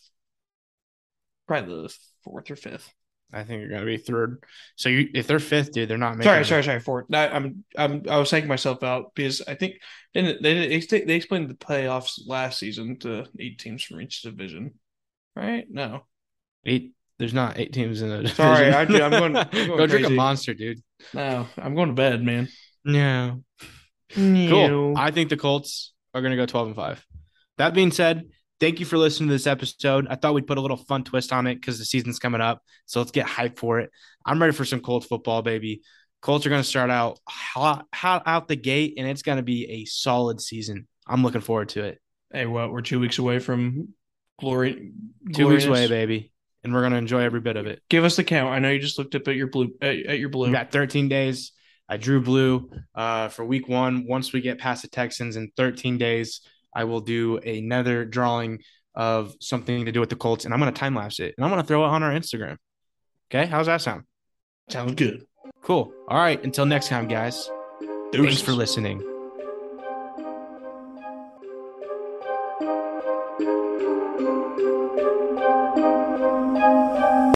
Speaker 2: probably the fourth or fifth.
Speaker 1: I think you're gonna be third. So you, if they're fifth, dude, they're not making.
Speaker 2: Sorry,
Speaker 1: it.
Speaker 2: sorry, sorry. Fourth. No, I'm, I'm, I was psyching myself out because I think didn't they they, ex- they explained the playoffs last season to eight teams from each division, right? No,
Speaker 1: Eight. There's not eight teams in the.
Speaker 2: Sorry,
Speaker 1: division.
Speaker 2: I do- I'm going- I'm going
Speaker 1: Go drink a
Speaker 2: crazy.
Speaker 1: monster, dude.
Speaker 2: no. I'm going to bed, man.
Speaker 1: No. Cool. I think the Colts are going to go 12 and 5. That being said, thank you for listening to this episode. I thought we'd put a little fun twist on it because the season's coming up. So let's get hyped for it. I'm ready for some Colts football, baby. Colts are going to start out hot, hot out the gate, and it's going to be a solid season. I'm looking forward to it.
Speaker 2: Hey, what? We're two weeks away from glory.
Speaker 1: Two weeks away, baby, and we're going to enjoy every bit of it.
Speaker 2: Give us the count. I know you just looked up at your blue at, at your blue.
Speaker 1: We got 13 days. I drew blue uh, for week one. Once we get past the Texans in 13 days, I will do another drawing of something to do with the Colts, and I'm going to time lapse it, and I'm going to throw it on our Instagram. Okay, how's that sound?
Speaker 2: Sounds good.
Speaker 1: Cool. All right. Until next time, guys. Thanks for listening.